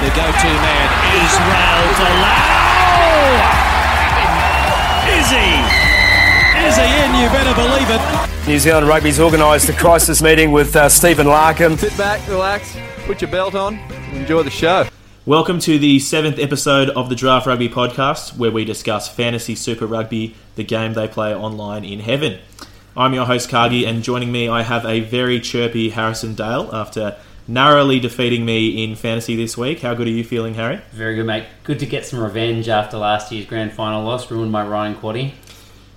the go-to man, Israel Folau. Is he? Is he in? You better believe it. New Zealand Rugby's organised a crisis meeting with uh, Stephen Larkin. Sit back, relax, put your belt on, enjoy the show. Welcome to the seventh episode of the Draft Rugby podcast, where we discuss fantasy Super Rugby, the game they play online in heaven. I'm your host Kagi, and joining me, I have a very chirpy Harrison Dale after narrowly defeating me in fantasy this week. How good are you feeling, Harry? Very good, mate. Good to get some revenge after last year's grand final loss, ruined by Ryan Quaddy.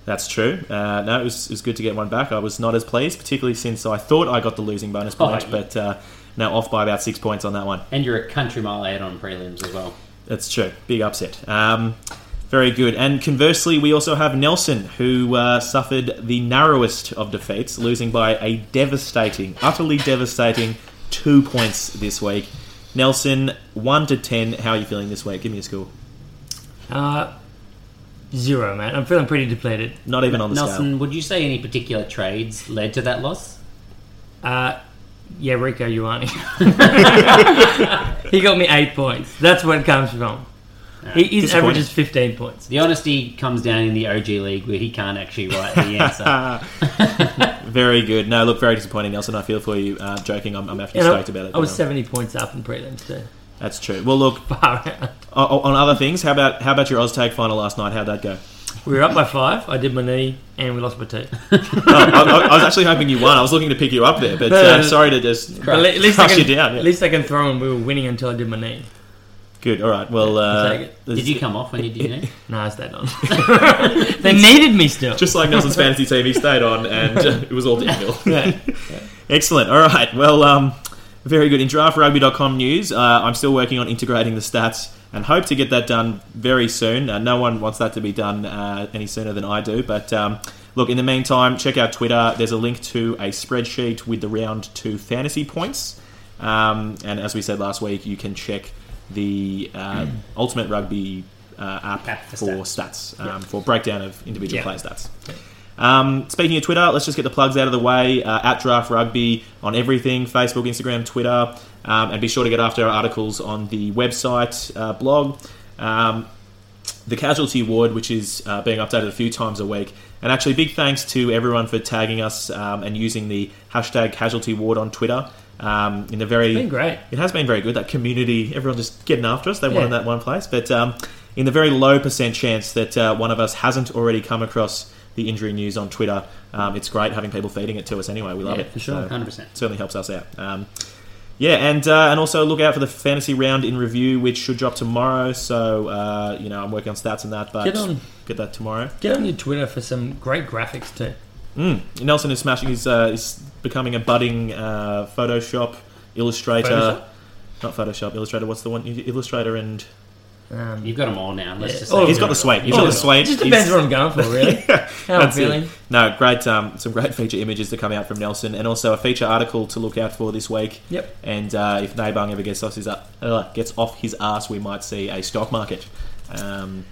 That's true. Uh, no, it was, it was, good to get one back. I was not as pleased, particularly since I thought I got the losing bonus point, oh, yeah. but. Uh, now off by about six points on that one. And you're a country mile ahead on prelims as well. That's true. Big upset. Um, very good. And conversely, we also have Nelson, who uh, suffered the narrowest of defeats, losing by a devastating, utterly devastating two points this week. Nelson, one to ten. How are you feeling this week? Give me a score. Uh, zero, man. I'm feeling pretty depleted. Not even on the Nelson, scale. would you say any particular trades led to that loss? Uh, yeah, Rico Ioane. he got me eight points. That's where it comes from. Uh, he, his average is 15 points. The honesty comes down in the OG league where he can't actually write the answer. very good. No, look, very disappointing, Nelson. I feel for you. Uh, joking, I'm, I'm actually stoked about it. I was 70 points up in prelims too. That's true. Well, look, on, on other things, how about how about your OzTag final last night? How'd that go? We were up by five. I did my knee, and we lost by two. oh, I, I, was actually hoping you won. I was looking to pick you up there, but uh, sorry to just crush, at least crush can, you down. Yeah. At least I can throw, and we were winning until I did my knee. Good. All right. Well, uh, did you come off when you did knee? no, I stayed on. they needed me still. Just like Nelson's fantasy team, he stayed on, and uh, it was all downhill. Yeah. Yeah. Excellent. All right. Well, um, very good. In draftrugby.com news, uh, I'm still working on integrating the stats and hope to get that done very soon. Uh, no one wants that to be done uh, any sooner than I do. But um, look, in the meantime, check out Twitter. There's a link to a spreadsheet with the round two fantasy points. Um, and as we said last week, you can check the uh, mm. Ultimate Rugby uh, app, app, for stats, stats um, yeah. for breakdown of individual yeah. player stats. Yeah. Um, speaking of Twitter, let's just get the plugs out of the way. Uh, at Draft Rugby on everything Facebook, Instagram, Twitter. Um, and be sure to get after our articles on the website uh, blog. Um, the Casualty Award, which is uh, being updated a few times a week. And actually, big thanks to everyone for tagging us um, and using the hashtag Casualty Award on Twitter. Um, in a very, it's been great. It has been very good. That community, everyone just getting after us. They yeah. wanted that one place, but um, in the very low percent chance that uh, one of us hasn't already come across the injury news on Twitter. Um, it's great having people feeding it to us anyway. We love yeah, it. For sure, hundred so percent. Certainly helps us out. Um, yeah, and uh, and also look out for the fantasy round in review, which should drop tomorrow. So uh, you know I'm working on stats and that, but get on get that tomorrow. Get on your Twitter for some great graphics too. Mm. Nelson is smashing. He's uh, is becoming a budding uh, Photoshop illustrator. Photoshop? Not Photoshop illustrator. What's the one? Illustrator and um, You've got them all now. Let's yeah. just oh, he's got the sweep. He's oh, got the sweep. It just depends he's... what I'm going for, really. Oh, yeah, How I'm feeling. It. No, great. Um, some great feature images to come out from Nelson, and also a feature article to look out for this week. Yep. And uh, if Nabung ever gets off his uh, gets off his ass, we might see a stock market. Um,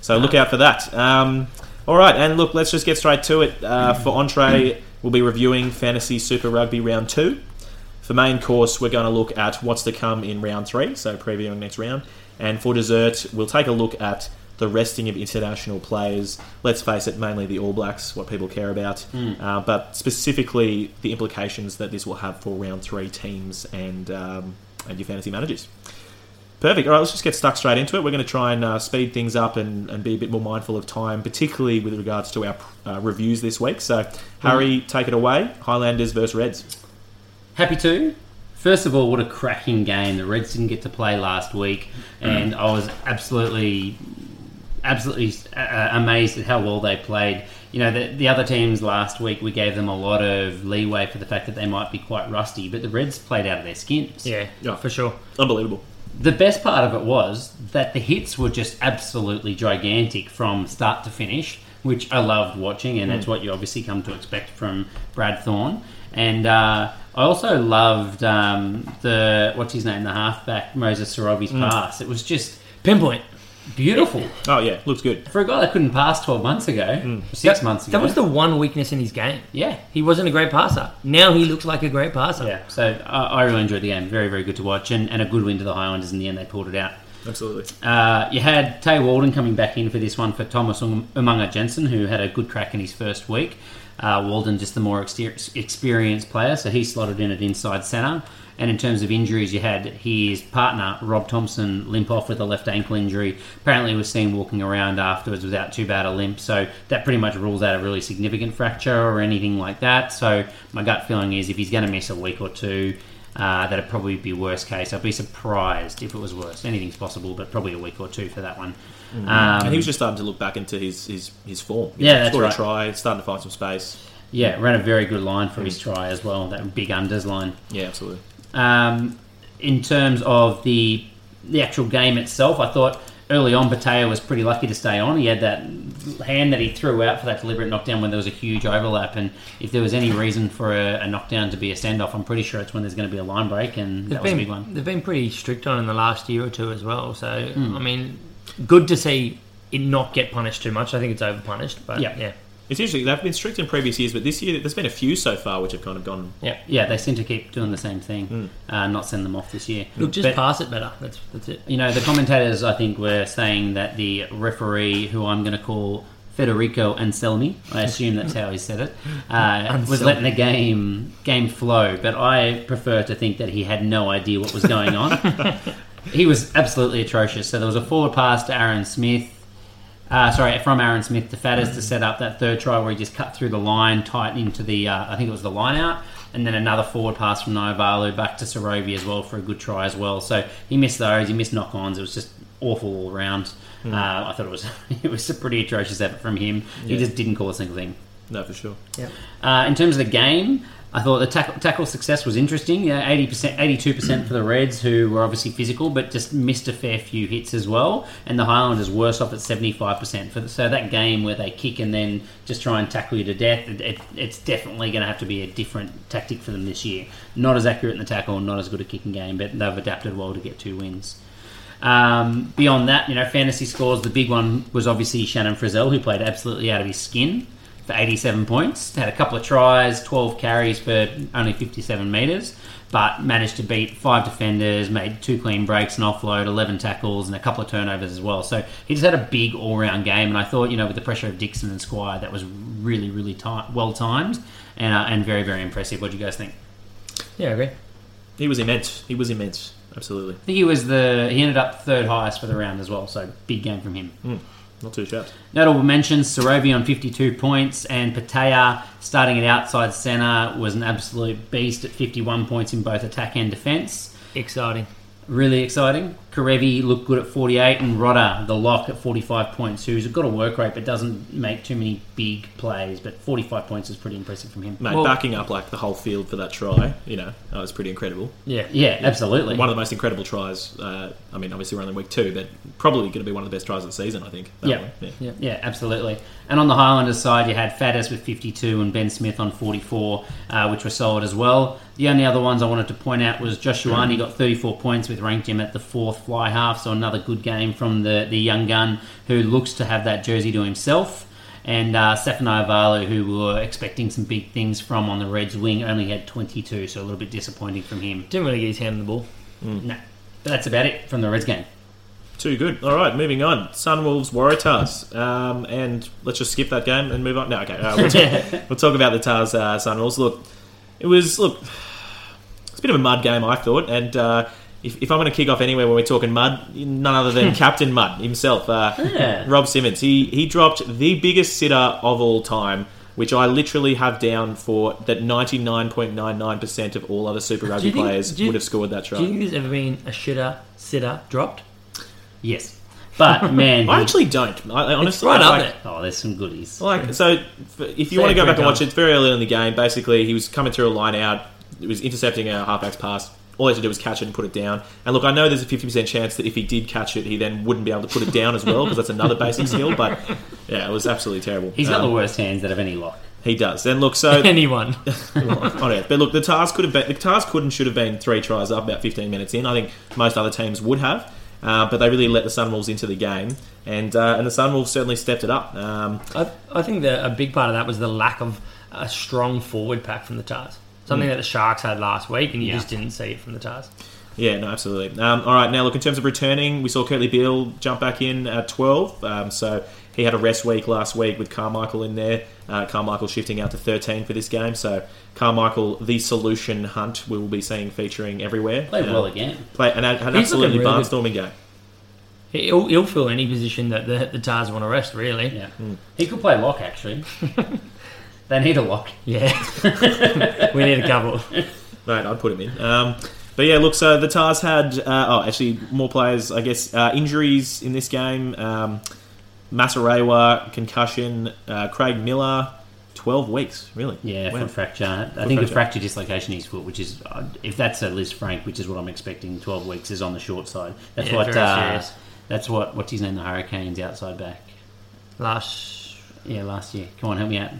so Ah. look out for that. Um, all right, and look, let's just get straight to it. Uh, Mm-hmm. for entree, we'll be reviewing Fantasy Super Rugby Round Two. For main course, we're going to look at what's to come in round three, so previewing next round. And for dessert, we'll take a look at the resting of international players. Let's face it, mainly the All Blacks, what people care about, mm. uh, but specifically the implications that this will have for round three teams and um, and your fantasy managers. Perfect. All right, let's just get stuck straight into it. We're going to try and uh, speed things up and, and be a bit more mindful of time, particularly with regards to our uh, reviews this week. So, Harry, mm. take it away. Highlanders versus Reds. Happy to. First of all, what a cracking game. The Reds didn't get to play last week, and I was absolutely, absolutely uh, amazed at how well they played. You know, the, the, other teams last week, we gave them a lot of leeway for the fact that they might be quite rusty, but the Reds played out of their skins. Yeah, yeah for sure. Unbelievable. The best part of it was that the hits were just absolutely gigantic from start to finish, which I loved watching, and mm. Hmm. that's what you obviously come to expect from Brad Thorn And, uh, I also loved Hmm. um, the what's his name, the halfback Moses Sorovi's mm. pass. It was just pinpoint. beautiful Oh yeah, looks good. for a guy that couldn't pass twelve months ago, or six months ago. Hmm. That was the one weakness in his game. yeah, He wasn't a great passer. Now he looks like a great passer. yeah. So I I really enjoyed the game. Very, very good to watch, and, and a good win to the Highlanders in the end. They pulled it out. Absolutely. Uh, you had Tay Walden coming back in for this one for Thomas Um- Umunga Jensen, who had a good crack in his first week. Uh, Walden, just the more exter- experienced player, so he slotted in at inside centre. And in terms of injuries, you had his partner, Rob Thompson, limp off with a left ankle injury. Apparently, was seen walking around afterwards without too bad a limp, so that pretty much rules out a really significant fracture or anything like that. So, my gut feeling is if he's going to miss a week or two, uh, that'd probably be worst case. I'd be surprised if it was worse. Anything's possible, but probably a week or two for that one. Um, And he was just starting to look back into his his, his form. Yeah, that's scored right. a try, starting to find some space. yeah, ran a very good line for his try as well. That big unders line. Yeah, absolutely. Um, in terms of the the actual game itself, I thought early on Pateo was pretty lucky to stay on. He had that hand that he threw out for that deliberate knockdown when there was a huge overlap, and if there was any reason for a, a knockdown to be a send off, I'm pretty sure it's when there's going to be a line break, and They've that was a been, big one. they've been pretty strict on in the last year or two as well. So, Hmm. I mean, good to see it not get punished too much. I think it's overpunished, but Yeah. yeah. It's interesting. They've been strict in previous years, but this year there's been a few so far which have kind of gone. Yeah, they seem to keep doing the same thing, uh, not send them off this year. Hmm. Look, just But- pass it better. That's that's it. You know, the commentators, I think, were saying that the referee, who I'm going to call Federico Anselmi, I assume that's how he said it, uh, was Anselmi. letting the game game flow. But I prefer to think that he had no idea what was going on. he was absolutely atrocious. So there was a forward pass to Aaron Smith. Uh, sorry, from Aaron Smith to Fadders to set up that third try where he just cut through the line, tight into the, uh, I think it was the line out, and then another forward pass from Novalu back to Sorobi as well for a good try as well. So he missed those, he missed knock ons. It was just awful all round. Uh, I thought it was it was a pretty atrocious effort from him. He just didn't call a single thing. No, for sure. Uh, in terms of the game, I thought the tackle, tackle success was interesting. Eighty percent, eighty-two percent for the Reds, who were obviously physical, but just missed a fair few hits as well. And the Highlanders worse off at seventy-five percent. For the, so that game where they kick and then just try and tackle you to death, it, it, it's definitely going to have to be a different tactic for them this year. Not as accurate in the tackle, not as good a kicking game, but they've adapted well to get two wins. Um, beyond that, you know, fantasy scores. The big one was obviously Shannon Frizzell, who played absolutely out of his skin for 87 points. Had a couple of tries, 12 carries for only 57 metres, but managed to beat five defenders, made two clean breaks, an offload, 11 tackles, and a couple of turnovers as well. So he just had a big all round game. And I thought, you know, with the pressure of Dixon and Squire, that was really, really ti well timed and, uh, and very, very impressive. What do you guys think? Yeah, I agree. He was immense. He was immense. Absolutely. I think he was the he ended up third highest for the round as well, so big game from him. Not too shabby. Notable mentions: Sorobi on 52 points, and Patea starting at outside centre was an absolute beast at 51 points in both attack and defence. Exciting. Really exciting. Karevi looked good at 48, and Rodda, the lock, at 45 points, who's got a work rate but doesn't make too many big plays. But 45 points is pretty impressive from him. Mate, Well- backing up like the whole field for that try, you know, that was pretty incredible. Yeah. Yeah, absolutely. One of the most incredible tries. Uh, I mean, obviously we're only week two, but probably going to be one of the best tries of the season. I think. that Yeah. one. Yeah. Yeah, absolutely. And on the Highlanders side, you had Faddis with 52 and Ben Smith on 44, uh, which were solid as well. The only other ones I wanted to point out was Mm-hmm. Joshuani got 34 points with ranked him at the fourth fly half, so another good game from the, the young gun who looks to have that jersey to himself. And uh, Stefano Avalu, who we were expecting some big things from on the Reds wing, only had 22, so a little bit disappointing from him. Didn't really get his hand on the ball. No, but that's about it from the Reds game. Too good. All right, moving on. Sunwolves Waratahs, um, and let's just skip that game and move on. No, okay. Uh, we'll, talk, we'll talk about the Tars uh, Sunwolves. Look, it was look. It's a bit of a mud game, I thought, and. Uh, if, if I'm going to kick off anywhere when we're talking mud, none other than Captain Mud himself, uh, Yeah. Rob Simmons. He he dropped the biggest sitter of all time, which I literally have down for that 99.99% of all other Super Rugby think- players do you- would have scored that try. Do you think there's ever been a shitter sitter dropped? Yes. But, man. I he- actually don't. I, I honestly, right up like, there. Oh, there's some goodies. Like so, f- if you Fair want to go back break and watch up. it, it's very early in the game. Basically, he was coming through a line out. He was intercepting a halfback's pass. All he had to do was catch it and put it down. And look, I know there's a fifty percent chance that if he did catch it, he then wouldn't be able to put it down as well because that's another basic skill. But yeah, it was absolutely terrible. He's got Um, the worst hands out of any lock. He does. And look, so Anyone? on earth. But look, the task could have been the task could and should have been three tries up about 15 minutes in. I think most other teams would have. Uh, but they really let the Sunwolves into the game, and uh, and the Sunwolves certainly stepped it up. Um, I, I think the, a big part of that was the lack of a strong forward pack from the Tars. Something that the Sharks had last week, and you Yeah. just didn't see it from the Tars. Yeah, no, absolutely. Um, all right, now look in terms of returning, we saw Curtly Beale jump back in at twelve. Um, so he had a rest week last week with Carmichael in there. Uh, Carmichael shifting out to thirteen for this game. So Carmichael, the solution hunt, we will be seeing featuring everywhere. Played Um, well again. Play an, an He's looking absolutely really barnstorming game. He'll, he'll fill any position that the, the Tars want to rest, really. Yeah. He could play lock, actually. they need a lock. Yeah. we need a couple. Right, I'd put him in. Um, but yeah, look, so the Tars had, uh, oh, actually, more players, I guess, uh, injuries in this game. Um, Masarewa, concussion, uh, Craig Miller, 12 weeks, really. Yeah, Wow. foot fracture. I think fracture. a fracture dislocation in his foot, which is, uh, if that's a Liz Frank, which is what I'm expecting, 12 weeks is on the short side. That's Yeah, what, very uh, serious. that's what, what's his name, the Hurricanes outside back. Last. Yeah, last year. Come on, help me out.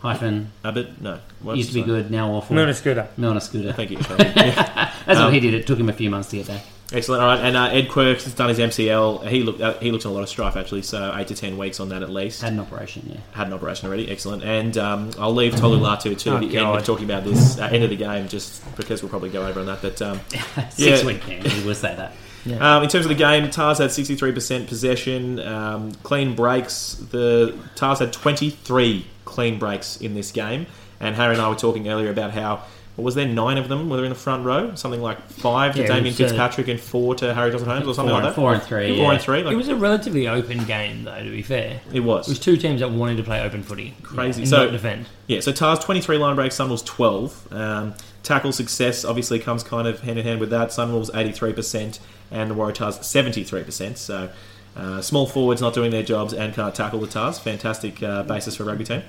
Hyphen. Abbott? No. What? Used to be Sorry. good, now awful. Scooter. Milner Scooter. Thank you. Charlie. That's what he did. It took him a few months to get back. Excellent. All right, and uh, Ed Quirks has done his MCL. He looked. Uh, he looks in a lot of strife actually. So eight to ten weeks on that at least. Had an operation, yeah. Had an operation already. Excellent. And um, I'll leave Tolu Latu to Oh, the end of God. talking about this uh, end of the game, just because we'll probably go over on that. But um, Six Yeah. week camp, we will say that. Um, in terms of the game, Tars had 63% possession, um, clean breaks. The Tars had 23 clean breaks in this game. And Harry and I were talking earlier about how, what was there, nine of them were in the front row? Something like five to Yeah, it Damien was, uh, Fitzpatrick and four to Harry Johnson Holmes or something like Four, that? and, four and three. Four yeah. and three? Like, It was a relatively open game, though, to be fair. it It was was. two teams that wanted to play open footy. Crazy. And So- not defend. Yeah, so Tars 23 line breaks, Sunwolves 12. Um, tackle success obviously comes kind of hand in hand with that. Sunwolves 83% and the Waratahs 73%. So uh, small forwards not doing their jobs and can't tackle the Tars. Fantastic uh, basis for a rugby team.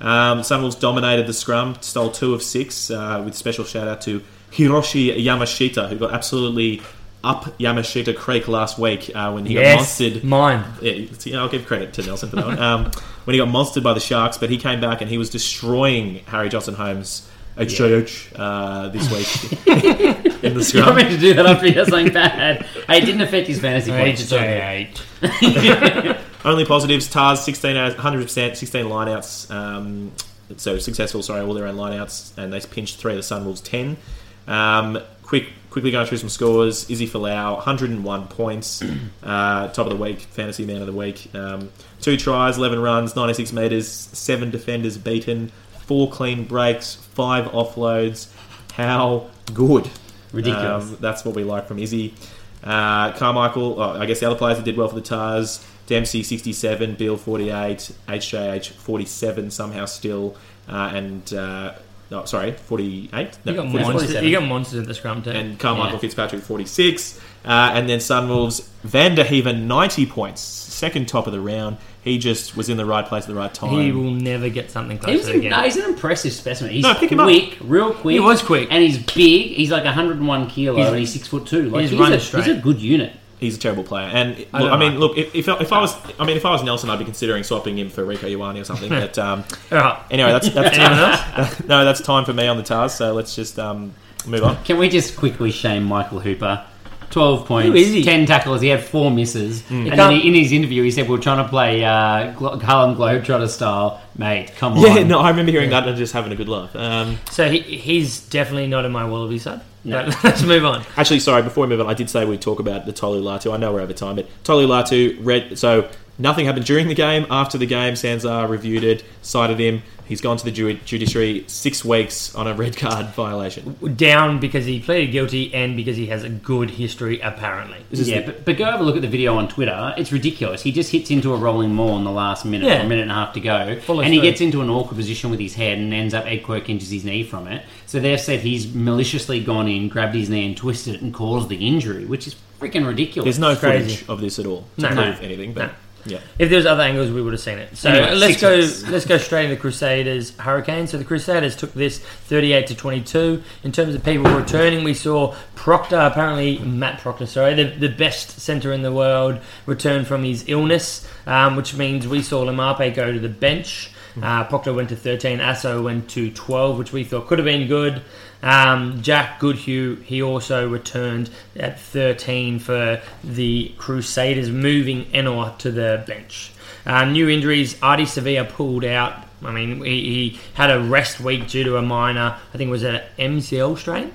Um, Sunwolves dominated the scrum, stole two of six, uh, with special shout out to Hiroshi Yamashita, who got absolutely up Yamashita Creek last week uh, when he Yes. got monstered Mine. yeah, it's- you know, I'll give credit to Nelson for that one. Um, when he got monstered by the Sharks, but he came back and he was destroying Harry Johnson Holmes HJH uh, this week in the You want scrum. me to do that after he does something bad? hey, it didn't affect his fantasy points. It's all good. Only positives: Tars sixteen out, hundred percent, sixteen lineouts. Um, so successful. Sorry, all their own lineouts, and they pinched three of the Sunwolves ten. Um, quick, quickly going through some scores. Izzy Falau, one hundred and one points, uh, top of the week, fantasy man of the week. Um, two tries, eleven runs, ninety six meters, seven defenders beaten, four clean breaks, five offloads. How good! Ridiculous. Um, that's what we like from Izzy. Uh, Carmichael, oh, I guess the other players that did well for the Tars, Dempsey 67, Bill 48, HJH 47 somehow still, uh, and, uh, oh, sorry, 48? No, You got, 47. monsters, 47. you got monsters at the scrum, too. And Carmichael Yeah. Fitzpatrick 46. Uh, and then Sunwolves, Vanderheeven 90 points, second top of the round. He just was in the right place at the right time. he will never get something He was close to an, again. no, he's an impressive specimen. He's No, pick him up. quick, real quick. He was quick. and he's big. He's like 101 kilo, He's- and he's six foot two. Like he's he's, running a, straight. he's a good unit. He's a terrible player, and look, I I, don't mean, like look, if, if, if I was, I mean, if I was Nelson, I'd be considering swapping him for Rico Ioane or something. But um, All right. Anyway, that's that's Anyone no, that's time for me on the Tars. So let's just um, move on. Can we just quickly shame Michael Hooper? 12 points, Who is he? 10 tackles. He had four misses. And then can't- he, in his interview, he said, We're trying to play uh, Glo- Harlem Globetrotter style. Mate, come on. Yeah, no, I remember hearing that and just having a good laugh. Um, So he, he's definitely not in my wallaby side. No. let's move on. actually, sorry, before we move on, I did say we'd talk about the Tolu Latu. I know we're over time, but Tolu Latu, red, so nothing happened during the game. After the game, Sanzar reviewed it, cited him. He's gone to the ju- judiciary six weeks on a red card violation. Down because he pleaded guilty and because he has a good history, apparently. Yeah, but, but go have a look at the video on Twitter. It's ridiculous. He just hits into a rolling maul in the last minute, Yeah. or a minute and a half to go, Follows and he through. gets into an awkward position with his head and ends up Ed Quirk injures his knee from it. So they've said he's maliciously gone in, grabbed his knee, and twisted it, and caused the injury, which is freaking ridiculous. There's no It's crazy. footage of this at all to No. prove No. anything, but No. yeah. If there was other angles, we would have seen it. So Anyway, let's six go. minutes. Let's go straight into Crusaders Hurricane. So the Crusaders took this thirty-eight to twenty-two. In terms of people returning, we saw Proctor, apparently Matt Proctor, sorry, the, the best centre in the world, return from his illness, um, which means we saw Lamape go to the bench. Uh, Proctor went to thirteen. Asso went to twelve, which we thought could have been good. Um, Jack Goodhue, he also returned at 13 for the Crusaders, moving Enor to the bench. Uh, new injuries, Artie Sevilla pulled out. I mean, he, he had a rest week due to a minor, I think it was an MCL strain.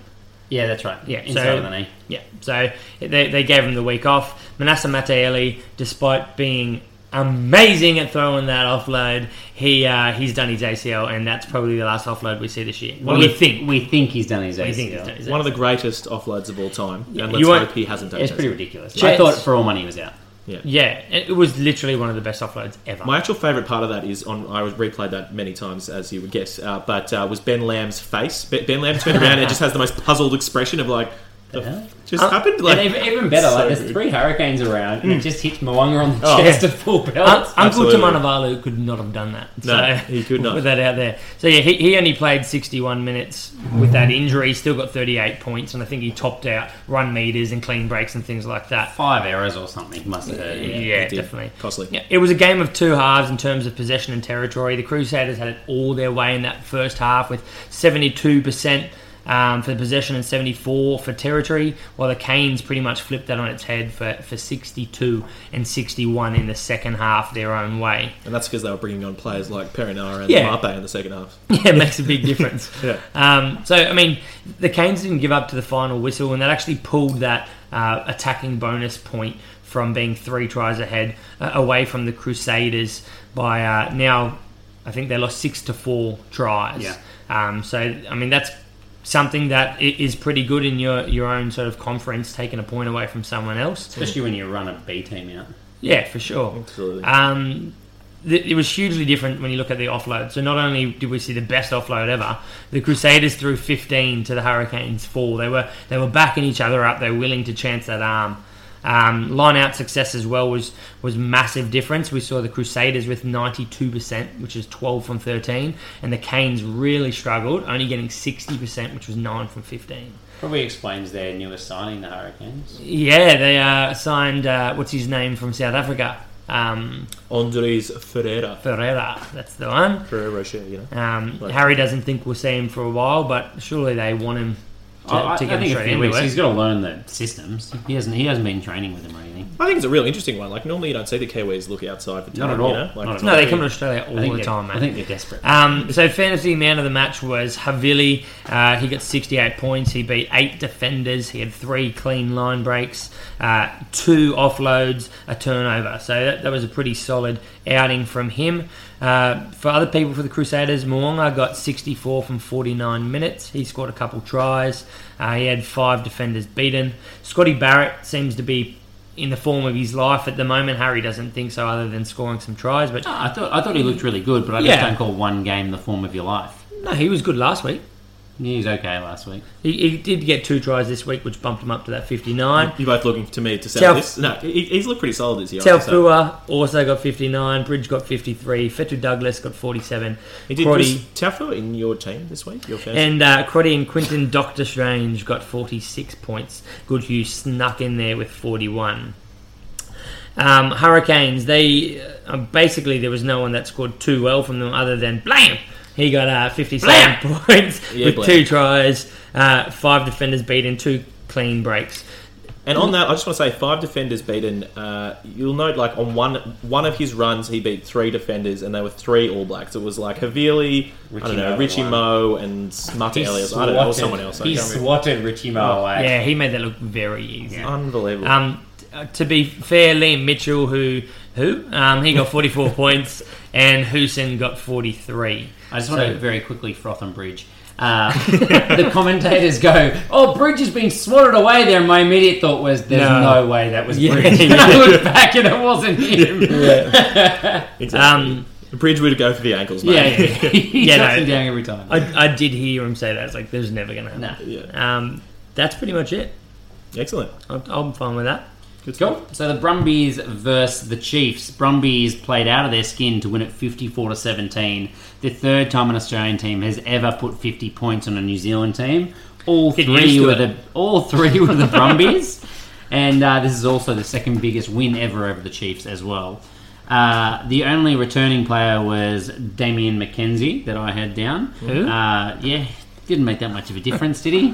Yeah, that's right. Yeah, inside so- of the knee. Yeah, so they, they gave him the week off. Manasseh Matteoli, despite being amazing at throwing that offload, he uh, he's done his ACL, and that's probably the last offload we see this year. What we do you think? We think he's done his ACL. We think he's done his One of the ACL. greatest offloads of all time, and let's You won't- hope he hasn't done It's it. pretty ridiculous. I Jets- thought for all money he was out. yeah, it it was literally one of the best offloads ever. My actual favourite part of that is on. I was replayed that many times, as you would guess. Uh, but uh, was Ben Lamb's face? Be- Ben Lamb turned around and just has the most puzzled expression of like, the hell? f- just happened. Like, and even, even better, so like there's good. three hurricanes around, Hmm. and it just hits Mwanga on the Oh. chest at full Un- belt. Uncle absolutely. Tamanavalu could not have done that. No, so, he could not. Put that out there. So yeah, he, he only played 61 minutes with that injury. Still got 38 points, and I think he topped out run meters and clean breaks and things like that. Five errors or something must have hurt. Yeah, him. did. definitely. Costly. Yeah, it was a game of two halves in terms of possession and territory. The Crusaders had it all their way in that first half with 72% um, for possession and 74 for territory, while the Canes pretty much flipped that on its head for, for 62 and 61 in the second half their own way. and that's because they were bringing on players like Perinara and Yeah. Marpe in the second half. Yeah, it makes a big difference. Yeah. Um, so, I mean, the Canes didn't give up to the final whistle, and that actually pulled that uh, attacking bonus point from being three tries ahead uh, away from the Crusaders by uh, now, I think they lost six to four tries. Yeah. Um, so, I mean, that's something that i- is pretty good in your, your own sort of conference, taking a point away from someone else. Especially when you run a B team out. Yeah, for sure. Absolutely. Uh, Um, th- it was hugely different when you look at the offload. So not only did we see the best offload ever, the Crusaders threw 15 to the Hurricanes four. They were they were backing each other up. They were willing to chance that arm. Um, line out success as well was was massive difference. We saw the Crusaders with 92%, which is 12 from 13, and the Canes really struggled, only getting 60%, which was 9 from 15. Probably explains their newest signing, the Hurricanes. Yeah, they uh, signed uh, what's his name from South Africa, um, Andres Ferreira, Ferreira. That's the one. Ferreira Rocher, you know. Um, Like- Harry doesn't think we'll see him for a while, but surely they want him to, I, I- to I get him think a straight few into weeks. it. He's got to learn the systems. He hasn't. He hasn't been training with them or anything. I think it's a real interesting one. Like normally, you don't see the Kiwis look outside for time. Not at all. You know? Like, Not at no, they come to Australia I think all the they're- time, mate. I think they're desperate. Uh, Um, so fantasy man of the match was Havili. Uh, he got 68 points. He beat eight defenders. He had three clean line breaks, uh, two offloads, a turnover. So that, that was a pretty solid outing from him. Uh, for other people for the Crusaders, Mwanga got 64 from 49 minutes. He scored a couple tries. Uh, he had five defenders beaten. Scotty Barrett seems to be in the form of his life at the moment. Harry doesn't think so, other than scoring some tries. But I thought. I thought he looked really good, but I just Yeah. don't call one game the form of your life. no, he was good last week. He was okay last week. He, he did get two tries this week, which bumped him up to that 59. You're both looking to me to sell Tell- this. No, he, he's looked pretty solid this year. I have to say. Telfua also got 59. Bridge got 53. Fetu Douglas got 47. He did. Was Crotty, Tafu in your team this week? Your fantasy? and uh, Crotty and Quinton Doctor Strange got 46 points. Goodhue snuck in there with 41. Um, Hurricanes, they uh, basically there was no one that scored too well from them other than Blam. He got uh, 57 points Yeah, with Blam. two tries, uh, five defenders beaten, two clean breaks. And on that, I just want to say five defenders beaten. Uh, you'll note, like on one one of his runs, he beat three defenders, and they were three All Blacks. It was like Havili, I Richie don't know, Moe Richie won. Moe, and Marta Elliott. I don't know, or someone else. I He can't remember. swatted Richie Mo away. Oh, Yeah, he made that look very easy. Unbelievable. Um, t- uh, to be fair, Liam Mitchell, who who um, he got 44 points, and Hoosen got 43. I just want to very quickly froth on Bridge. Uh, the commentators go, "Oh, Bridge has been swatted away there." And my immediate thought was, "There's no, No. way that was Yeah. Bridge." And I looked back and it wasn't him. Yeah, exactly. Um, Bridge would go for the ankles, mate. yeah, he Yeah, shuts no. him down every time. I, I did hear him say that. It's like there's never gonna happen. no. Yeah. Um, that's pretty much it. Excellent. I'm, I'm fine with that. Good stuff. Cool. So the Brumbies versus the Chiefs. Brumbies played out of their skin to win it 54 to 17. The third time an Australian team has ever put 50 points on a New Zealand team. All Get three used to were it. the all three were the Brumbies, and uh, this is also the second biggest win ever over the Chiefs as well. Uh, the only returning player was Damien McKenzie that I had down. Who? Uh, yeah, Didn't make that much of a difference, did he?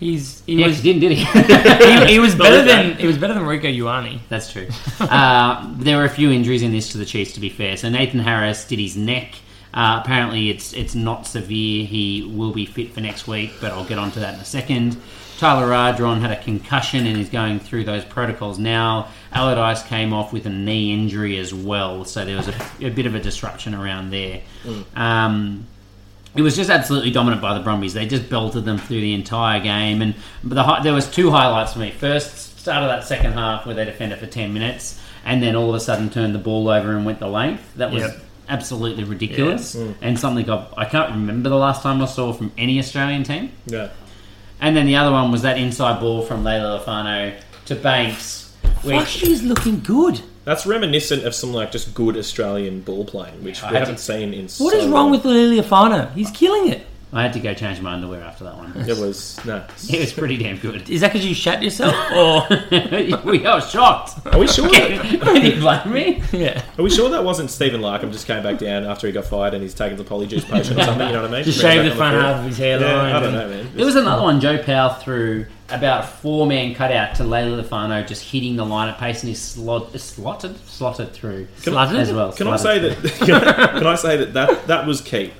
He's he He was actually didn't, did he? he, he was Not better like that. than he was better than Rico Ioane. That's true. Uh, there were a few injuries in this to the Chiefs, to be fair. So Nathan Harris did his neck. Uh, apparently, it's it's not severe. He will be fit for next week, but I'll get onto that in a second. Tyler Ardron had a concussion and is going through those protocols now. Allardyce came off with a knee injury as well, so there was a, a bit of a disruption around there. Um, it was just absolutely dominant by the Brumbies. They just belted them through the entire game, and the hi- there was two highlights for me. First, start of that second half where they defended for ten minutes, and then all of a sudden turned the ball over and went the length. That was Yep. absolutely ridiculous, and something I, I can't remember the last time I saw from any Australian team. Yeah. And then the other one was that inside ball from Leila Lafano to Banks, which he's looking good. That's reminiscent of some like just good Australian ball playing, which we had haven't seen in. What is wrong with Lily Afana? He's killing it. I had to go change my underwear after that one. It was no. It was pretty damn good. Is that because you shat yourself or we are shocked. Are we sure? That, Can you blame me? yeah? are we sure that wasn't Stephen Larkham just came back down after he got fired and he's taken the polyjuice potion or something? You know what I mean? Just Bring it back shave the on front half field. of his hairline. Yeah, I don't and- know, man. There was another one Joe Powell threw about a four man cutout to Leila Lafano just hitting the line at pace and he's slot, slotted slotted through Can I- slotted as well. Can I say slotted. that? Can I say that that that was key,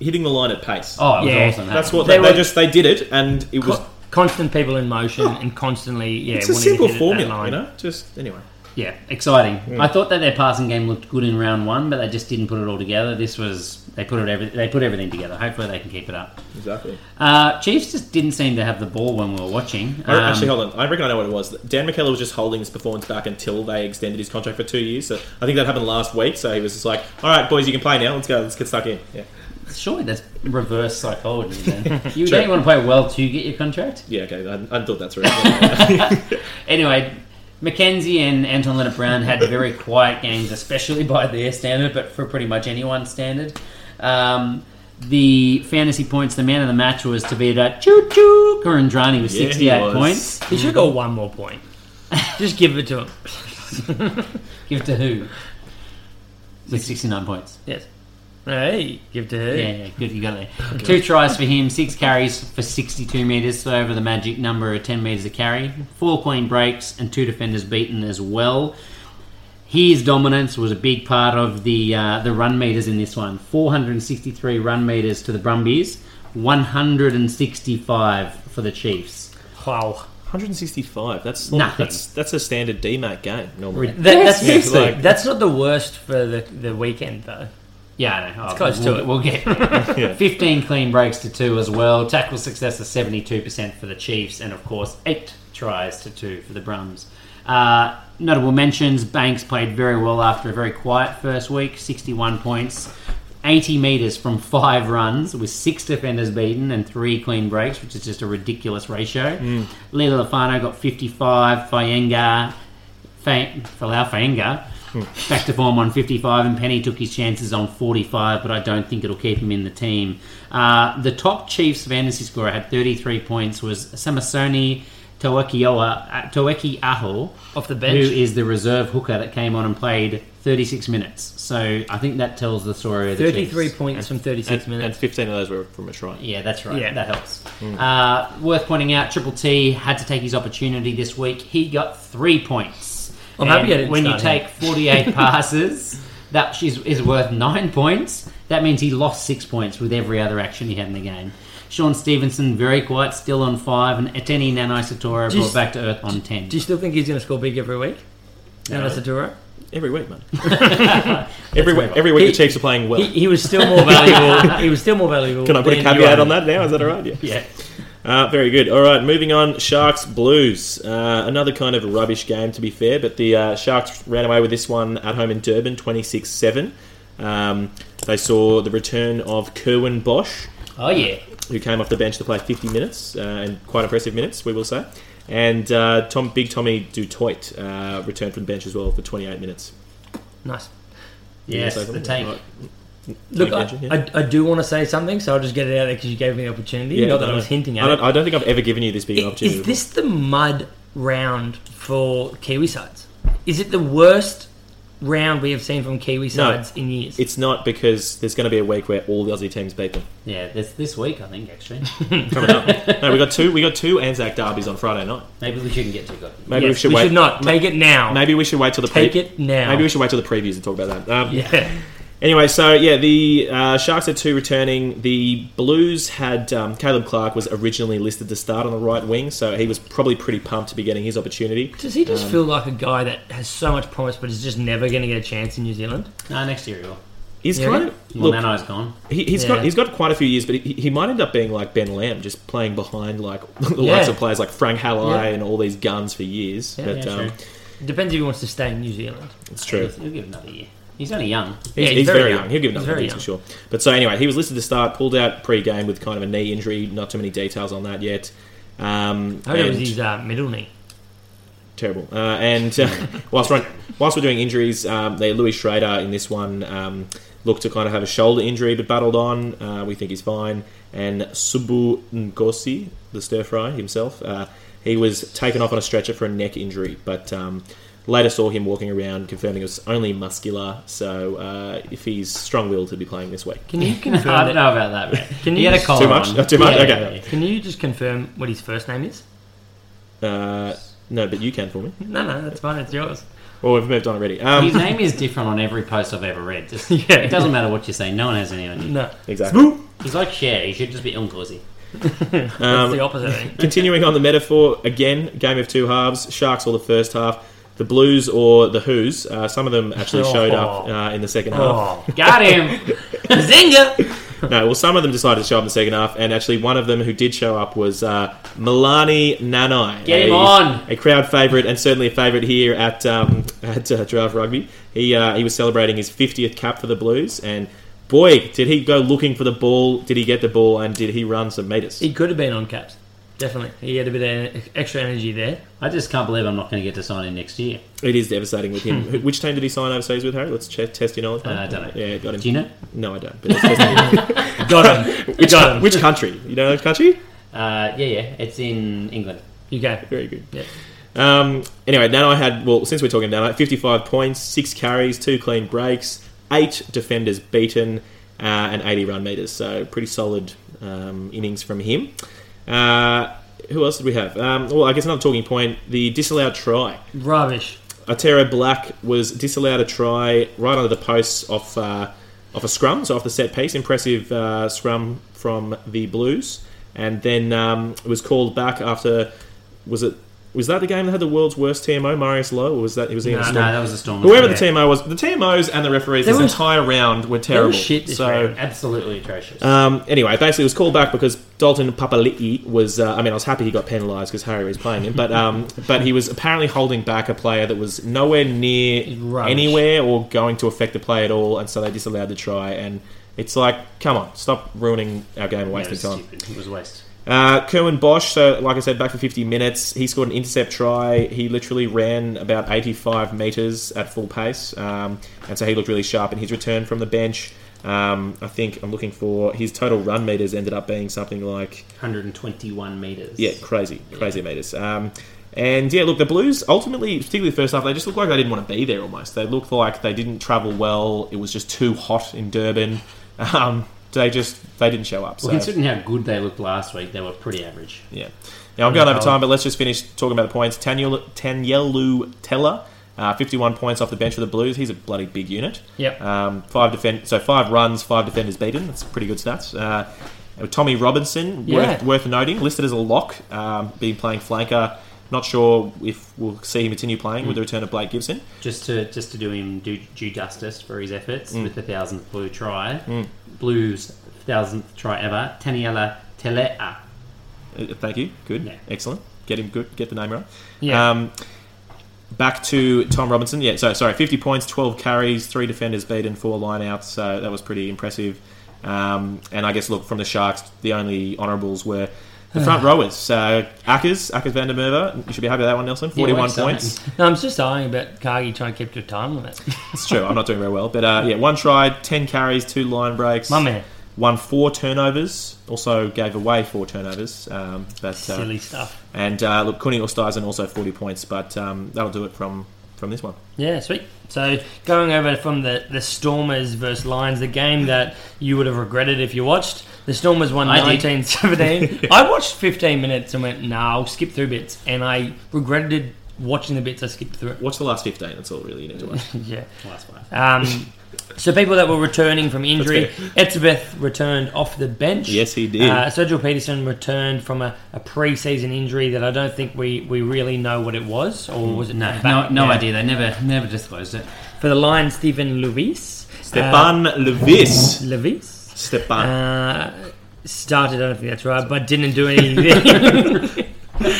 hitting the line at pace. Oh, it was Yeah. awesome. that's what They they, they were- just they did it, and it was. Co- constant people in motion and constantly yeah. it's a wanting simple to hit it that formula, line. you know. Just anyway. yeah, exciting. I thought that their passing game looked good in round one, but they just didn't put it all together. This was they put it every, they put everything together. Hopefully they can keep it up. Exactly. Uh, Chiefs just didn't seem to have the ball when we were watching. I- Um, Oh, Actually, hold on. I reckon I know what it was. Dan McKellar was just holding his performance back until they extended his contract for two years. So I think that happened last week. So he was just like, "All right, boys, you can play now. Let's go. Let's get stuck in." Yeah. surely that's reverse psychology. Then. you don't want to play well to get your contract. Yeah. Okay. I, I hadn't thought that's right. Anyway, Mackenzie and Anton Leonard Brown had very quiet games, especially by their standard, but for pretty much anyone's standard. Um, the fantasy points, the man of the match was to be that choo choo Corindrani with Yeah, he 68 was. points. He should go one more point. Just give it to him. Give it to who? With 69 points. Yes. Hey, give it to her. Yeah, yeah, good, you got it. Two tries for him, six carries for 62 metres, so over the magic number of 10 metres a carry. Four clean breaks and two defenders beaten as well. His dominance was a big part of the uh, the run meters in this one. 463 run meters to the Brumbies, 165 for the Chiefs. Wow. 165. That's Nothing. That's that's a standard DMAT game normally. That, that's, Yeah, it's like- that's not the worst for the, the weekend though. Yeah, I know. It's close we'll, to it. We'll get 15 clean breaks to two as well. Tackle success of 72% for the Chiefs, and of course, eight tries to two for the Brums. Uh, notable mentions Banks played very well after a very quiet first week, 61 points. 80 metres from five runs with six defenders beaten and three clean breaks, which is just a ridiculous ratio. Mm. Lila Lafano got 55, Fayenga Fa- Falau Fainga back to form on 55, and Penny took his chances on 45, but I don't think it'll keep him in the team. Uh, the top Chiefs fantasy scorer had 33 points was Samasoni Towekioa, uh, Toweki Aho, Off the who bench. is the reserve hooker that came on and played 36 minutes. So I think that tells the story of the Thirty three Chiefs. points from thirty six And, and minutes. 15 of those were from a try. Yeah, that's right. Yeah. That helps. Uh, worth pointing out, Triple T had to take his opportunity this week. He got three points. I'm And happy I didn't When you start him. take 48 passes, that is, is worth nine points. That means he lost six points with every other action he had in the game. Sean Stevenson, very quiet, still on five, and Ateni Nanai Satora Do you brought s- back to earth on ten. Do you still think he's going to score big every week? No. Satura? Every week, man. every week, every week He- the Chiefs are playing well. He, he was still more valuable. he was still more valuable. Can I put a than you caveat are. on that now? Is that all right? Yeah. yeah. Uh, very good. All right, moving on. Sharks Blues. Uh, another kind of rubbish game, to be fair, but the uh, Sharks ran away with this one at home in Durban, 26 7. Um, they saw the return of Kerwin Bosch, Oh, yeah. who came off the bench to play 50 minutes, uh, and quite impressive minutes, we will say. And uh, Tom, Big Tommy Dutoit uh, returned from the bench as well for 28 minutes. Nice. Yes, Yes, I the think- take. right. Look, I, mention, yeah. I, I do want to say something, so I'll just get it out there because you gave me the opportunity. not that I was hinting at I it. don't, I don't think I've ever given you this big an I- opportunity. Is this the mud round for Kiwi sides? Is it the worst round we have seen from Kiwi sides in years. It's not because there's going to be a week where all the Aussie teams beat them. Yeah, this this week I think actually. Coming up. no, we got two. We got two Anzac derbies on Friday night. Maybe we shouldn't get too good. Maybe we Yes, should wait. not take it now. Maybe we should wait till the Take it now. Maybe we should wait till the previews and talk about that. Um, Yeah. Anyway, so yeah, the uh, Sharks had two returning. The Blues had um, Caleb Clark was originally listed to start on the right wing, so he was probably pretty pumped to be getting his opportunity. Does he just feel like a guy that has so much promise but is just never going to get a chance in New Zealand? No, next year we will. He's Yeah. kind of Well, look. Nano's gone. He, he's Yeah. got he's got quite a few years, but he, he might end up being like Ben Lamb, just playing behind like the Yeah. lots of players like Frank Halley Yeah. and all these guns for years. Yeah, but yeah, um, true. It depends if he wants to stay in New Zealand. it's He'll, true. he'll give it another year. He's only young. He's, Yeah, he's very, young. He'll give He's another very year for sure. But so anyway, he was listed to start, pulled out pre-game with kind of a knee injury. Not too many details on that yet. Um, I hope it was and- his uh, middle knee. terrible. Uh, and uh, whilst we're whilst we're doing injuries, um, they Louis Schrader in this one um, looked to kind of have a shoulder injury, but battled on. Uh, we think he's fine. And Subu Ngosi, the stir fry himself, uh, he was taken off on a stretcher for a neck injury, but. Um, Later saw him walking around, confirming it was only muscular. So uh, if he's strong-willed, he'll be playing this week. Can you I don't confirm? know about that, man. Can he you had a just- collar Too much? on. Oh, too much? Yeah, Okay. yeah, can you just confirm what his first name is? Uh, no, but you can for me. No, no, that's fine. It's yours. Well, we've moved on already. yeah. Um, His name is different on every post I've ever read. Just, Yeah. It doesn't matter what you say. No one has any idea. No, exactly. He's like Cher. He should just be Uncozy. that's Um, the opposite. I think. Continuing on the metaphor again, game of two halves. Sharks or the first half, the Blues or the Who's. Uh, some of them actually showed up uh, in the second half. Oh, Got him. Zinga! Oh. No, well, some of them decided to show up in the second half, and actually one of them who did show up was uh, Milani Nanai. Get him a- on. a crowd favourite and certainly a favourite here at um, at uh, Draft Rugby. He uh, he was celebrating his 50th cap for the Blues, and boy, did he go looking for the ball! Did he get the ball, and did he run some meters? He could have been on caps. Definitely, he had a bit of extra energy there. I just can't believe I'm not going to get to sign him next year. It is devastating with him. Who- Which team did he sign overseas with, Harry? Let's che- test your knowledge. mate. Hmm. Uh, I don't know. Yeah, got him. Do you know? No, I don't. But let's test Got him. which, Got him. which country? You know which country? Uh, yeah, yeah. It's in England. You go. Very good. Yeah. Um, anyway, Nanai had, well, since we're talking Nanai, 55 points, 6 carries, 2 clean breaks, 8 defenders beaten, uh, and 80 run meters. So pretty solid um, innings from him. Uh, who else did we have? Um, well, I guess another talking point the disallowed try. Rubbish. Otero Black was disallowed a try right under the posts off uh, off a scrum, so off the set piece. Impressive uh, scrum from the Blues, and then um, was called back after. Was it was that the game that had the world's worst TMO, Marius Lowe, or was that it was Ian No, Uh, No, Storm? that was a storm. Whoever Yeah. the TMO was, the TMOs and the referees They this were- entire round were They terrible. were shit this so round. Absolutely atrocious. um, anyway, basically, it was called back because Dalton Papali'i was. Uh, I mean, I was happy he got penalised because Harry was playing him, but um, but he was apparently holding back a player that was nowhere near Rubbish. anywhere or going to affect the play at all, and so they disallowed the try. And it's like, come on, stop ruining our game and Yeah, wasting it was time. stupid. It was waste. Uh, Kerwin Bosch, so like I said, back for 50 minutes. He scored an intercept try. He literally ran about 85 metres at full pace, um, and so he looked really sharp in his return from the bench. Um, I think I'm looking for his total run metres ended up being something like 121 meters. yeah, crazy, crazy meters. Um, and yeah, look, the Blues ultimately, particularly the first half, they just looked like they didn't want to be there. Almost, they looked like they didn't travel well. It was just too hot in Durban. Um, they just they didn't show up. so. Well, considering how good they looked last week, they were pretty average. Yeah. Now I'm going over time, but let's just finish talking about the points. Tanyelu, Tanyelu Teller, uh, 51 points off the bench for the Blues. He's a bloody big unit. Yep. Um, five defend, so five runs, five defenders beaten. That's pretty good stats. Uh, and Tommy Robinson, worth, Yeah. worth noting, listed as a lock, um, been playing flanker. Not sure if we'll see him continue playing with the return of Blake Gibson. Just to just to do him due, due justice for his efforts Mm. with the thousandth blue try, Blues thousandth try ever, Taniela ah, Telea. Uh, Thank you. Good. Yeah. Excellent. Get him good. Get the name right. Yeah. Um, back to Tom Robinson. Yeah. So sorry. Fifty points, twelve carries, three defenders beaten, four lineouts. So that was pretty impressive. Um, and I guess look from the Sharks, the only honourables were the front Uh-huh. rowers. So Ackers, Ackers van der Merwe. You should be happy with that one, Nelson. Forty-one well, points. No, I'm just arguing about Kagi trying to keep to a time limit. It's true. I'm not doing very well, but uh, yeah, one try, ten carries, two line breaks. My man. Won four turnovers. Also gave away four turnovers. Um, but uh, Silly stuff. And uh, look, Kunning Ostizen also 40 points, but um, that'll do it from, from from this one. Yeah, sweet. So going over from the, the Stormers versus Lions, the game that you would have regretted if you watched. The Stormers won I did. 19 17. I watched 15 minutes and went, nah, I'll skip through bits. And I regretted watching the bits I skipped through. Watch the last 15, that's all really you need to watch. yeah. Last one. Um, so people that were returning from injury, Etzebeth returned off the bench. Yes, he did. Uh, Sergio Peterson returned from a, a pre-season injury that I don't think we, we really know what it was, or was it No, back- no, no yeah. idea. They never, never disclosed it. For the Lions, Stephen Luis. Stefan Levis. Levis Stefan. uh, started. I don't think that's right, but didn't do anything.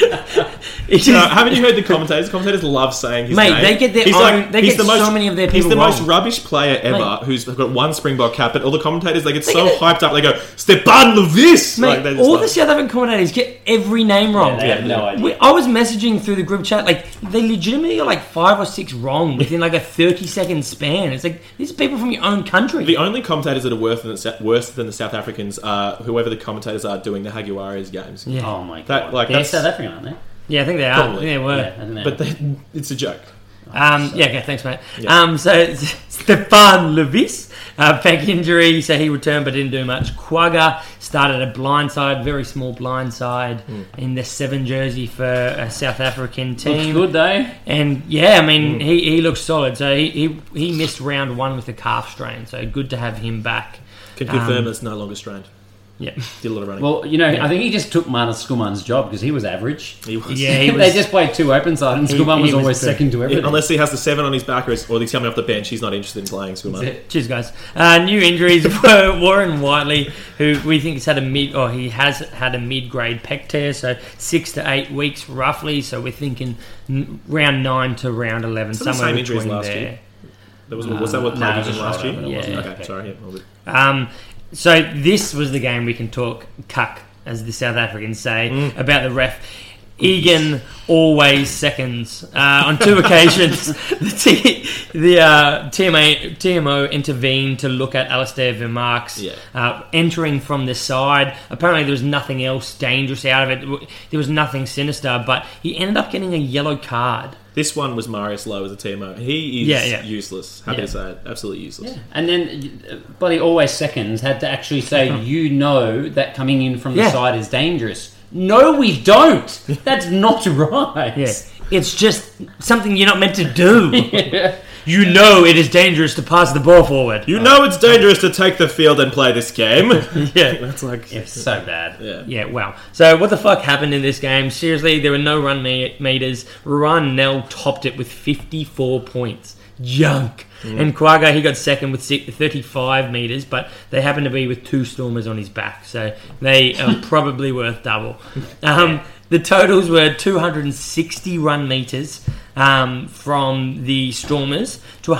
It just- No, haven't you heard the commentators? The commentators love saying his Mate, name. they get their he's own- like, they he's get the most, so many of their He's people the most wrong. rubbish player ever Mate. who's got one Springbok cap, but all the commentators, they get so get it. hyped up, they go, Stepan Levis! Mate, like, they just all love the it. South African commentators get every name wrong. They have no Yeah. idea. We, I was messaging through the group chat, like, they legitimately got like five or six wrong within like a 30 second span. It's like, these are people from your own country. The only commentators that are worse than the, Sa- worse than the South Africans are whoever the commentators are doing the Haguares games. yeah. Oh my god! That- like, They're that's- South African, aren't they? yeah, I think they are. Probably. I think they were. Yeah, I don't know. But they, it's a joke. Um, yeah, okay, thanks, mate. Um, so Stefan Levis, uh, back injury, so he returned but didn't do much. Quagga started a blindside, very small blindside in the seven jersey for a South African Looks team. good though. And yeah, I mean, he, he looks solid. So he, he, he missed round one with a calf strain, so good to have him back. Can Um, confirm it's no longer strained. Yeah. Did a lot of running. Well, you know, I think he just took Manus Skuman's job because he was average. He was. Yeah, he they was- just played two open side, and He- Skuman he was was always the- second to everything. Unless he has the seven on his back or, he's- or he's coming off the bench, he's not interested in playing Schumann. Cheers, guys. Uh, new injuries were Warren Whiteley, who we think has had a mid, or he has had a mid-grade pec tear, so six to eight weeks roughly. So we're thinking n- round nine to round eleven, the somewhere same injuries between last there. year? That was, was that what No, played it him was last year? shoulder, but Uh, it wasn't. Okay, Okay. sorry. yeah, well, we- Um, so this was the game we can talk cuck, as the South Africans say, about the ref. Egan always seconds. Uh, on two occasions, the, T- the uh, TMA, TMO intervened to look at Alastair Vermark's Yeah. uh, entering from the side. Apparently, there was nothing else dangerous out of it. There was nothing sinister, but he ended up getting a yellow card. This one was Marius Lowe as a TMO. He is Yeah, yeah. useless. Happy Yeah. to say it. Absolutely useless. And then uh, bloody always seconds had to actually say, "You know that coming in from the Yeah. side is dangerous." No, we don't. That's not right. Yeah. It's just something you're not meant to do. You know it is dangerous to pass the ball forward. You know it's dangerous to take the field and play this game. yeah. That's like. It's so bad. Yeah. Yeah, wow. So, what the fuck happened in this game? Seriously, there were no run me- meters. Ruan Nell topped it with 54 points. Junk. And Quagga, he got second with si- 35 meters, but they happened to be with two Stormers on his back, so they are probably worth double. Um, the totals were 260 run meters um, from the Stormers to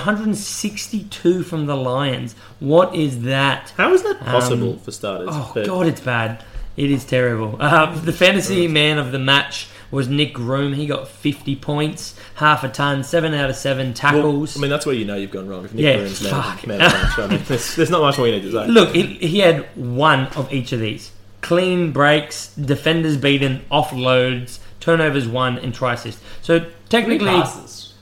162 from the Lions. What is that? How is that possible for starters? Um, Oh But god, it's bad. It is terrible. Uh, the fantasy man of the match was Nick Groom. He got 50 points, half a ton, seven out of seven well, tackles. I mean, that's where you know you've gone wrong. If Nick Yeah, Broom's man, fuck. man of the match, I mean, there's, there's not much more you need to say. Look, he, he had one of each of these: clean breaks, defenders beaten, offloads, turnovers won, and try assist. So technically, Passes.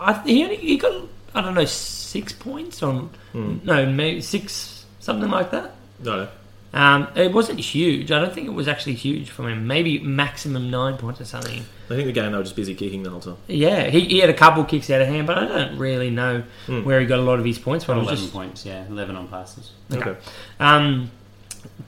I th- he only, he got I don't know six points on Hmm. no maybe six something like that. No, no. Um, it wasn't huge. I don't think it was actually huge from him. Maybe maximum nine points or something. I think the game they were just busy kicking the whole time. Yeah, he, he had a couple kicks out of hand, but I don't really know Hmm. where he got a lot of his points from. It was Eleven just- points. Yeah, eleven on passes. Okay. um,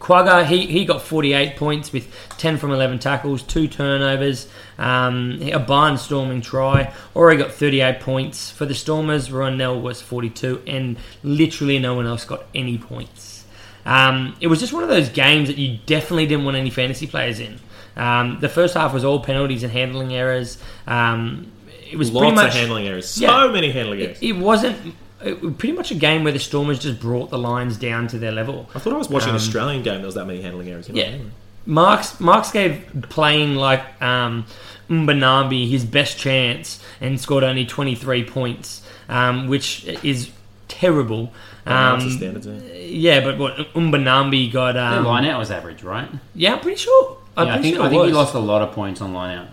Quagga, he, he got 48 points with 10 from 11 tackles, two turnovers, um, a barnstorming try. Ori got 38 points. For the Stormers, Ronell was 42, and literally no one else got any points. Um, it was just one of those games that you definitely didn't want any fantasy players in. Um, the first half was all penalties and handling errors. Um, it was Lots pretty much of handling errors. So Yeah. many handling errors. it, it wasn't it, was pretty much a game where the Stormers just brought the Lions down to their level. I thought I was watching Um, an Australian game. There was that many handling errors. You know? Yeah, Marks Marks gave playing like um, Mbanambi his best chance and scored only twenty three points, um, which is terrible. Um, that's the Um, standards. yeah. yeah, but what Mbanambi got? Their Um, line out was average, right? yeah, I'm pretty sure. I'm Yeah, I pretty think sure I it think he was. Mm. lost a lot of points on line out.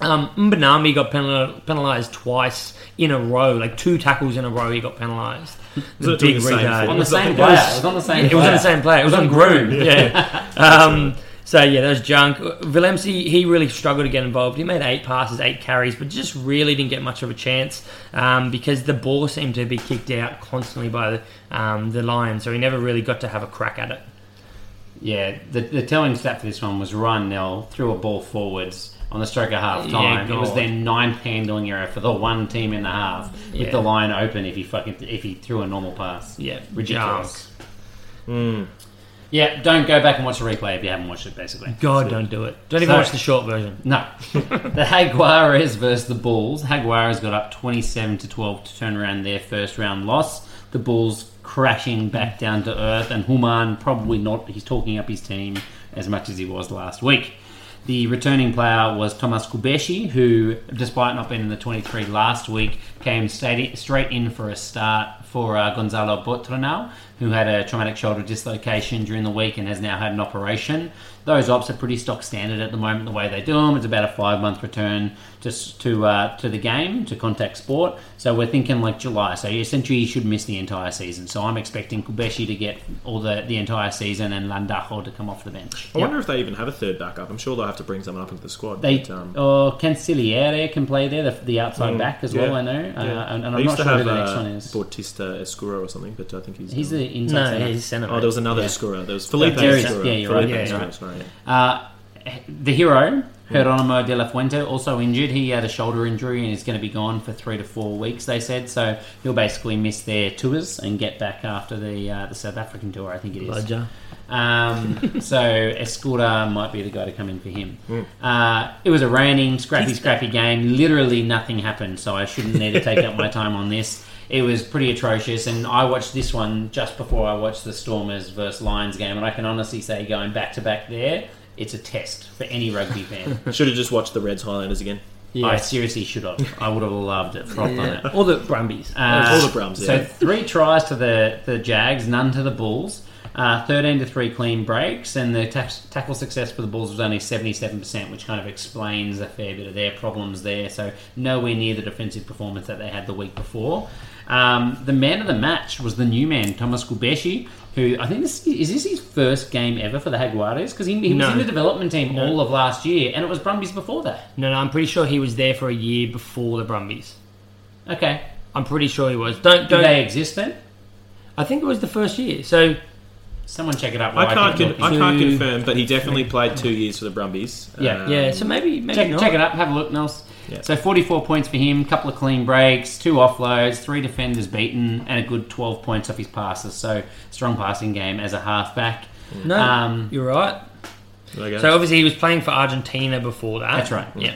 Um, Mbanami got penal- penalised twice in a row, like two tackles in a row. He got penalised. So The doing big the same retard. thing. On the same It was- player. It was on the same It was on the player. same player. It was on Groom. Yeah. um, so yeah, that was junk. Villemsi, he really struggled to get involved. He made eight passes, eight carries, but just really didn't get much of a chance um, because the ball seemed to be kicked out constantly by the, um, the Lions, so he never really got to have a crack at it. Yeah, the, the telling stat for this one was Ryan Nell threw a ball forwards on the stroke of half time. Yeah, it was God. their ninth handling error for the one team in the half with Yeah. the line open if he fucking if he threw a normal pass. Yeah, Hmm. ridiculous. Yeah, don't go back and watch the replay if you haven't watched it. Basically, God, don't do it. Don't even So- watch the short version. no. the Jaguares versus the Bulls. Jaguares got up 27 to 12 to turn around their first round loss. The Bulls crashing back down to earth, and Human probably not. He's talking up his team as much as he was last week. The returning player was Thomas Kubeshi, who, despite not being in the 23 last week, came straight straight in for a start for uh, Gonzalo Botronal, who had a traumatic shoulder dislocation during the week and has now had an operation. Those ops are pretty stock standard at the moment, the way they do them. It's about a five month return just to uh, to the game, to contact sport. So we're thinking like July. So you essentially should miss the entire season. So I'm expecting Kubeshi to get all the, the entire season and Landajo to come off the bench. I wonder if they even have a third backup. I'm sure they'll have to bring someone up into the squad. They oh, but, um, Mm, or Canceliere can play there, the, the outside back as well. yeah, I know, uh, yeah. and, and They I'm used not to sure who have, the next uh, one is. Bautista Escura or something, but I think he's He's um, the inside No, centre. he's centre. Oh, there was another Yeah. Escura. There was Felipe there is- Escura. yeah, you're right, Felipe yeah, Escura, yeah. sorry. Uh, the hero, Geronimo de la Fuente, also injured. He had a shoulder injury and is going to be gone for three to four weeks, they said. So he'll basically miss their tours and get back after the uh, the South African tour, I think it is. Ledger. Um, so Escuda might be the guy to come in for him. Uh, it was a raining, scrappy, scrappy game. Literally nothing happened, so I shouldn't need to take up my time on this. It was pretty atrocious, and I watched this one just before I watched the Stormers versus Lions game, and I can honestly say, going back to back there, it's a test for any rugby fan. I should have just watched the Reds Highlanders again. I seriously should have. I would have loved it. Propped on it. All the Brumbies. Uh, All the Brums, So yeah. three tries to the, the Jags, none to the Bulls. Uh, 13 to 3 clean breaks, and the tax, tackle success for the Bulls was only 77%, which kind of explains a fair bit of their problems there. So, nowhere near the defensive performance that they had the week before. Um, the man of the match was the new man, Thomas Kubeshi, who I think this is this his first game ever for the Jaguares? Because he, he was No. in the development team all of last year, and it was Brumbies before that. no, no, I'm pretty sure he was there for a year before the Brumbies. Okay. I'm pretty sure he was. Don't, Do don't. they exist then? I think it was the first year. So Someone check it up. while I can't, keep con- talking. I can't Two- confirm, but he definitely played two years for the Brumbies. Um, Yeah, yeah, so maybe maybe check, not. check it up. Have a look, Nels. Yeah. So 44 points for him, couple of clean breaks, two offloads, three defenders beaten, and a good 12 points off his passes. So strong passing game as a halfback. No, Um, you're right. Okay. So obviously he was playing for Argentina before that. That's right. Yeah.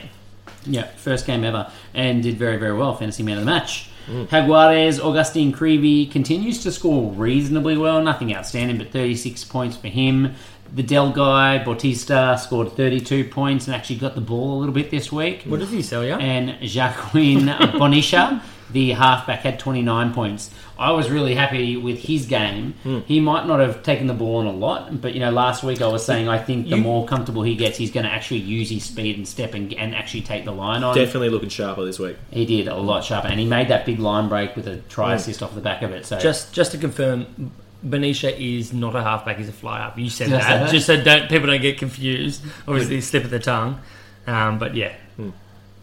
Yeah, first game ever, and did very, very well. Fantasy man of the match. Jaguares, Augustine Creevy continues to score reasonably well. Nothing outstanding, but 36 points for him. The Dell guy, Bautista, scored 32 points and actually got the ball a little bit this week. What does he sell you? and Jacqueline Bonisha, the halfback, had 29 points. I was really happy with his game. Hmm. He might not have taken the ball on a lot, but you know, last week I was saying I think the You- more comfortable he gets, he's going to actually use his speed and step and, and actually take the line on. definitely looking sharper this week. He did a lot sharper, and he made that big line break with a try assist off the back of it. So Hmm. Just just to confirm, Benicia is not a halfback; he's a fly up. You said Did I that. say that? Just so don't people don't get confused. Obviously, slip of the tongue. Um, but yeah,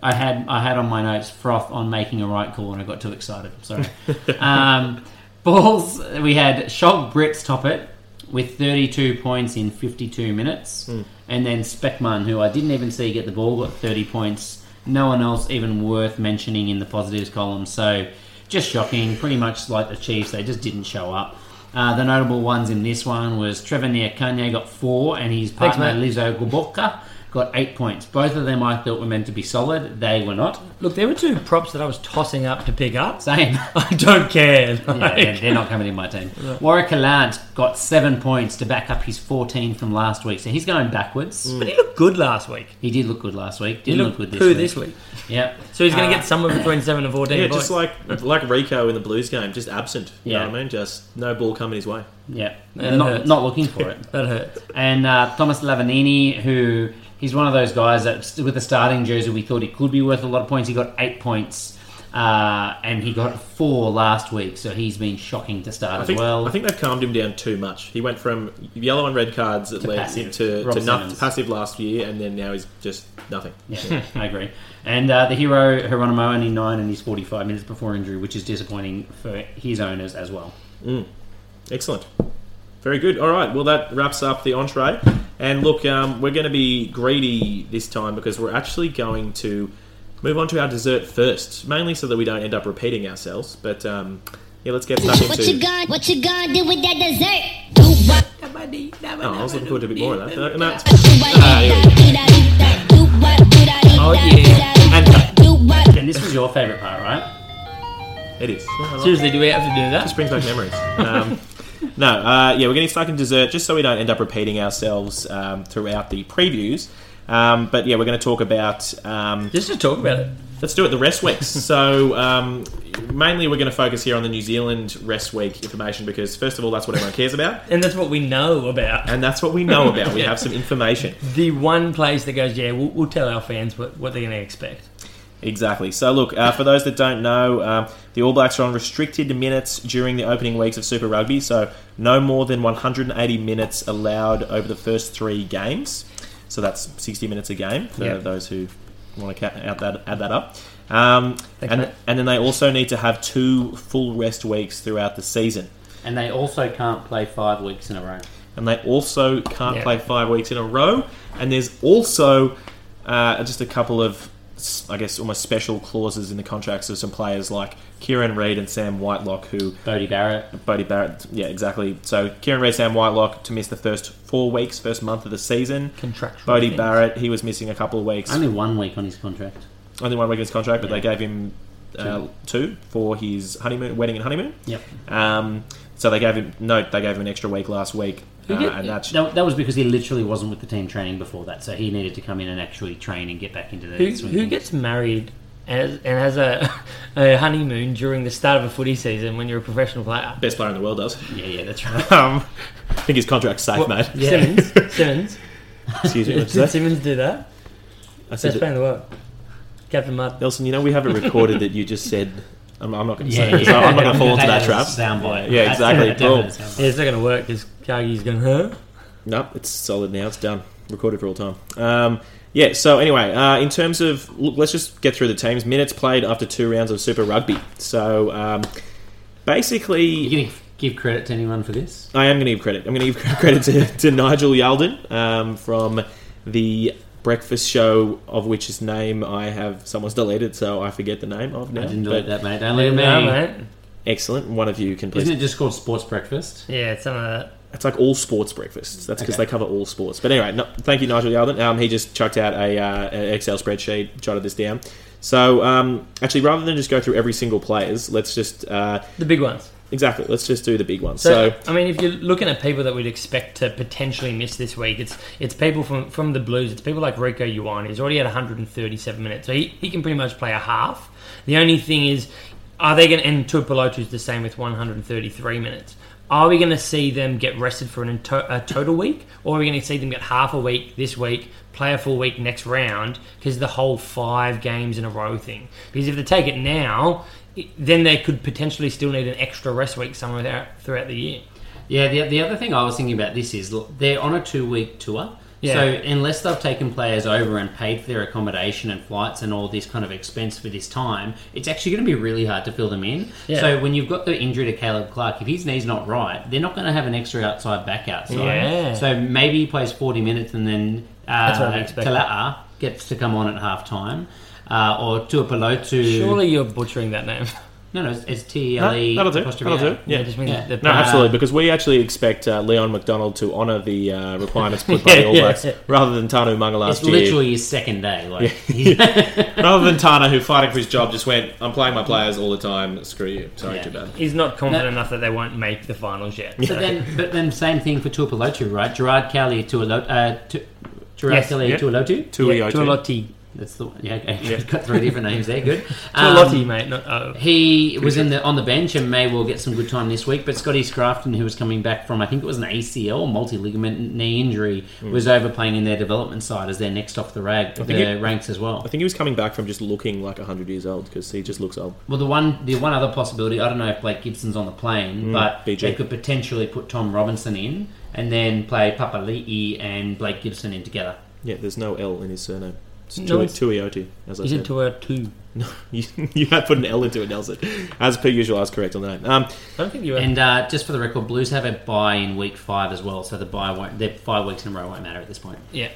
I had I had on my notes froth on making a right call and I got too excited. I'm Sorry. um, balls. We had Shog Brits top it with 32 points in 52 minutes, Hmm. and then Speckman, who I didn't even see get the ball, got 30 points. No one else even worth mentioning in the positives column. So just shocking. Pretty much like the Chiefs, they just didn't show up. Uh, the notable ones in this one was Trevor Niakanye got four, and his Thanks, partner mate. Lizzo Guboka got eight points. Both of them I thought were meant to be solid. They were not. look, there were two props that I was tossing up to pick up. Same. I don't care. yeah, Like, they're, they're not coming in my team. Warwick Allant got seven points to back up his 14 from last week, so he's going backwards. But he looked good last week. He did look good last week. Mm. He Didn't looked look good this poo week. this week. Yep. So he's going Uh, to get somewhere between seven and fourteen. Yeah, points. just like like Rico in the Blues game, just absent. You Yeah. know what I mean? Just no ball coming his way. Yep. That Uh, Not, hurts. not looking for it. that hurts. and uh, Thomas Lavanini, who He's one of those guys that, with the starting jersey, we thought he could be worth a lot of points. He got eight points, uh, and he got four last week. So he's been shocking to start I as think, well. I think they've calmed him down too much. He went from yellow and red cards at To least passive. to, Rob to not, Simmons. passive last year, and then now he's just nothing. Yeah, I agree. And uh, the hero Geronimo only nine and he's forty five minutes before injury, which is disappointing for his owners as well. Excellent. Very good. All right. Well, that wraps up the entree. And look, um, we're going to be greedy this time because we're actually going to move on to our dessert first, mainly so that we don't end up repeating ourselves. But um, yeah, let's get stuck What you into. gonna What you gonna do with that dessert? Do what? Oh, I was looking forward to a bit more of that. No, no, it's- Do what? Ah, yeah. Do what? Do that? Oh, yeah. and uh, cut. Do what? And this was your favourite part, right? It is. Yeah, I like Seriously, do we have to do Just that? brings back memories. Um, no, uh, yeah, we're getting stuck in dessert just so we don't end up repeating ourselves um, throughout the previews. Um, but yeah, we're going to talk about. Um, Just to talk about it. let's do it. The rest weeks. so um, mainly, we're going to focus here on the New Zealand rest week information because first of all, that's what everyone cares about, And that's what we know about. and that's what we know about. We have some information. The one place that goes, yeah, we'll, we'll tell our fans what, what they're going to expect. Exactly. So, look, uh, for those that don't know, um, the All Blacks are on restricted minutes during the opening weeks of Super Rugby, so no more than 180 minutes allowed over the first three games. So that's 60 minutes a game for Yeah. those who want to ca- add that, add that up. Um, Thanks, and, mate. and then they also need to have two full rest weeks throughout the season. And they also can't play five weeks in a row. And they also can't Yeah. play five weeks in a row. And there's also uh, just a couple of, s- I guess, almost special clauses in the contracts of some players like Kieran Reid and Sam Whitelock, who Bodie Barrett. Bodie Barrett, yeah, exactly. So Kieran Reid, Sam Whitelock to miss the first four weeks, first month of the season. Contractual Bodie things. Barrett, he was missing a couple of weeks, Only one week on his contract. only one week in his contract, but they gave him uh, two for his honeymoon, wedding and honeymoon. Yep. Um, so they gave him no, they gave him an extra week last week, uh, He did- and that's that, that was because he literally wasn't with the team training before that, so he needed to come in and actually train and get back into the Who, swing. who gets married as, and has a, a honeymoon during the start of a footy season when you're a professional player? best player in the world does. Yeah, yeah, that's right. Um, I think his contract's safe, mate. Simmons. Simmons. Excuse me. what'd you say? Did Simmons do that? I said that- Best player in the world. Captain Mud. Nelson, you know we have it recorded that you just said. I'm, I'm not going to say. Yeah, it, yeah. so I'm not going to fall into that is trap. a soundbite. Yeah, That's exactly. a definite Boom. soundbite. Yeah, it's not going to work because Kagi's going, huh? No, it's solid now. It's done. Recorded for all time. Um, yeah. So anyway, uh, in terms of look, let's just get through the teams. Minutes played after two rounds of Super Rugby. So um, basically, You gonna give credit to anyone for this? I am going to give credit. I'm going to give credit to, to Nigel Yalden um, from the breakfast show, of which his name I have someone's deleted, so I forget the name of now. I didn't But delete that, mate. Don't look at me. No, mate. Excellent. One of you can please. Isn't it just called Sports Breakfast? Yeah, it's some of that. It's like all sports breakfasts. That's because Okay. they cover all sports. But anyway, no, thank you, Nigel Yalden. Um, he just chucked out a uh, an Excel spreadsheet, jotted this down. So um, actually, rather than just go through every single players, let's just uh, The big ones. exactly let's just do the big ones. So, so I mean, if you're looking at people that we'd expect to potentially miss this week, it's it's people from, from the Blues. It's people like Rico Yuan, who's already had 137 minutes, so he, he can pretty much play a half. The only thing is, are they going to end Tupelotu's the same with 133 minutes? Are we going to see them get rested for an into, a total week, or are we going to see them get half a week this week, play a full week next round? Because the whole five games in a row thing. Because if they take it now, it- then they could potentially still need an extra rest week somewhere there throughout the year. Yeah, the, the other thing I was thinking about this is look, they're on a two week tour. Yeah. So unless they've taken players over and paid for their accommodation and flights and all this kind of expense for this time, it's actually going to be really hard to fill them in. Yeah. So when you've got the injury to Caleb Clark, if his knee's not right, they're not going to have an extra outside back outside. Yeah. So maybe he plays forty minutes and then uh, That's what I'm expecting. Tala'a gets to come on at half time. Uh, or Tuapalotu. Surely you're butchering that name. No, no, it's, it's no, T-E-L-E. that'll do. apostrophe That'll A. do. Yeah. It just means Yeah. the- No, absolutely, because we actually expect uh, Leon McDonald to honour the uh, requirements put by the All Yeah, Blacks yeah. rather than Tanu Munga last It's year. literally his second day. Like, he's rather than Tana, who fighting for his job, just went, I'm playing my players all the time, screw you. Sorry, Yeah. too bad. He's not confident No. enough that they won't make the finals yet. But then, but then, same thing for Tuapolotu, right? Gerard Kelly Tuapolotu, uh, Tu- Gerard Yes, Kelly yeah. Tuapolotu. Tui Yeah, Otu. Tuoloti. That's the one. Yeah, okay. Got three different names there. Good. Um, Lotti, mate. Not, oh. He was in the on the bench and may well get some good time this week. But Scotty Scrafton, who was coming back from I think it was an ACL multi ligament knee injury, was over playing in their development side as their next off the rag the Hmm. think it- ranks as well. I think he was coming back from just looking like 100 years old because he just looks old. Well, the one the one other possibility I don't know if Blake Gibson's on the plane, Mm, but BG. they could potentially put Tom Robinson in and then play Papali'i and Blake Gibson in together. Yeah, there's no L in his surname. It's No, Tui, it's- Tuioti, as I He's said. into a two. you, you had put an L into it, Nelson. As per usual, I was correct on the name. Um, I don't think you were. And uh, just for the record, Blues have a bye in week five as well, so the bye won't, their five weeks in a row won't matter at this point. yeah.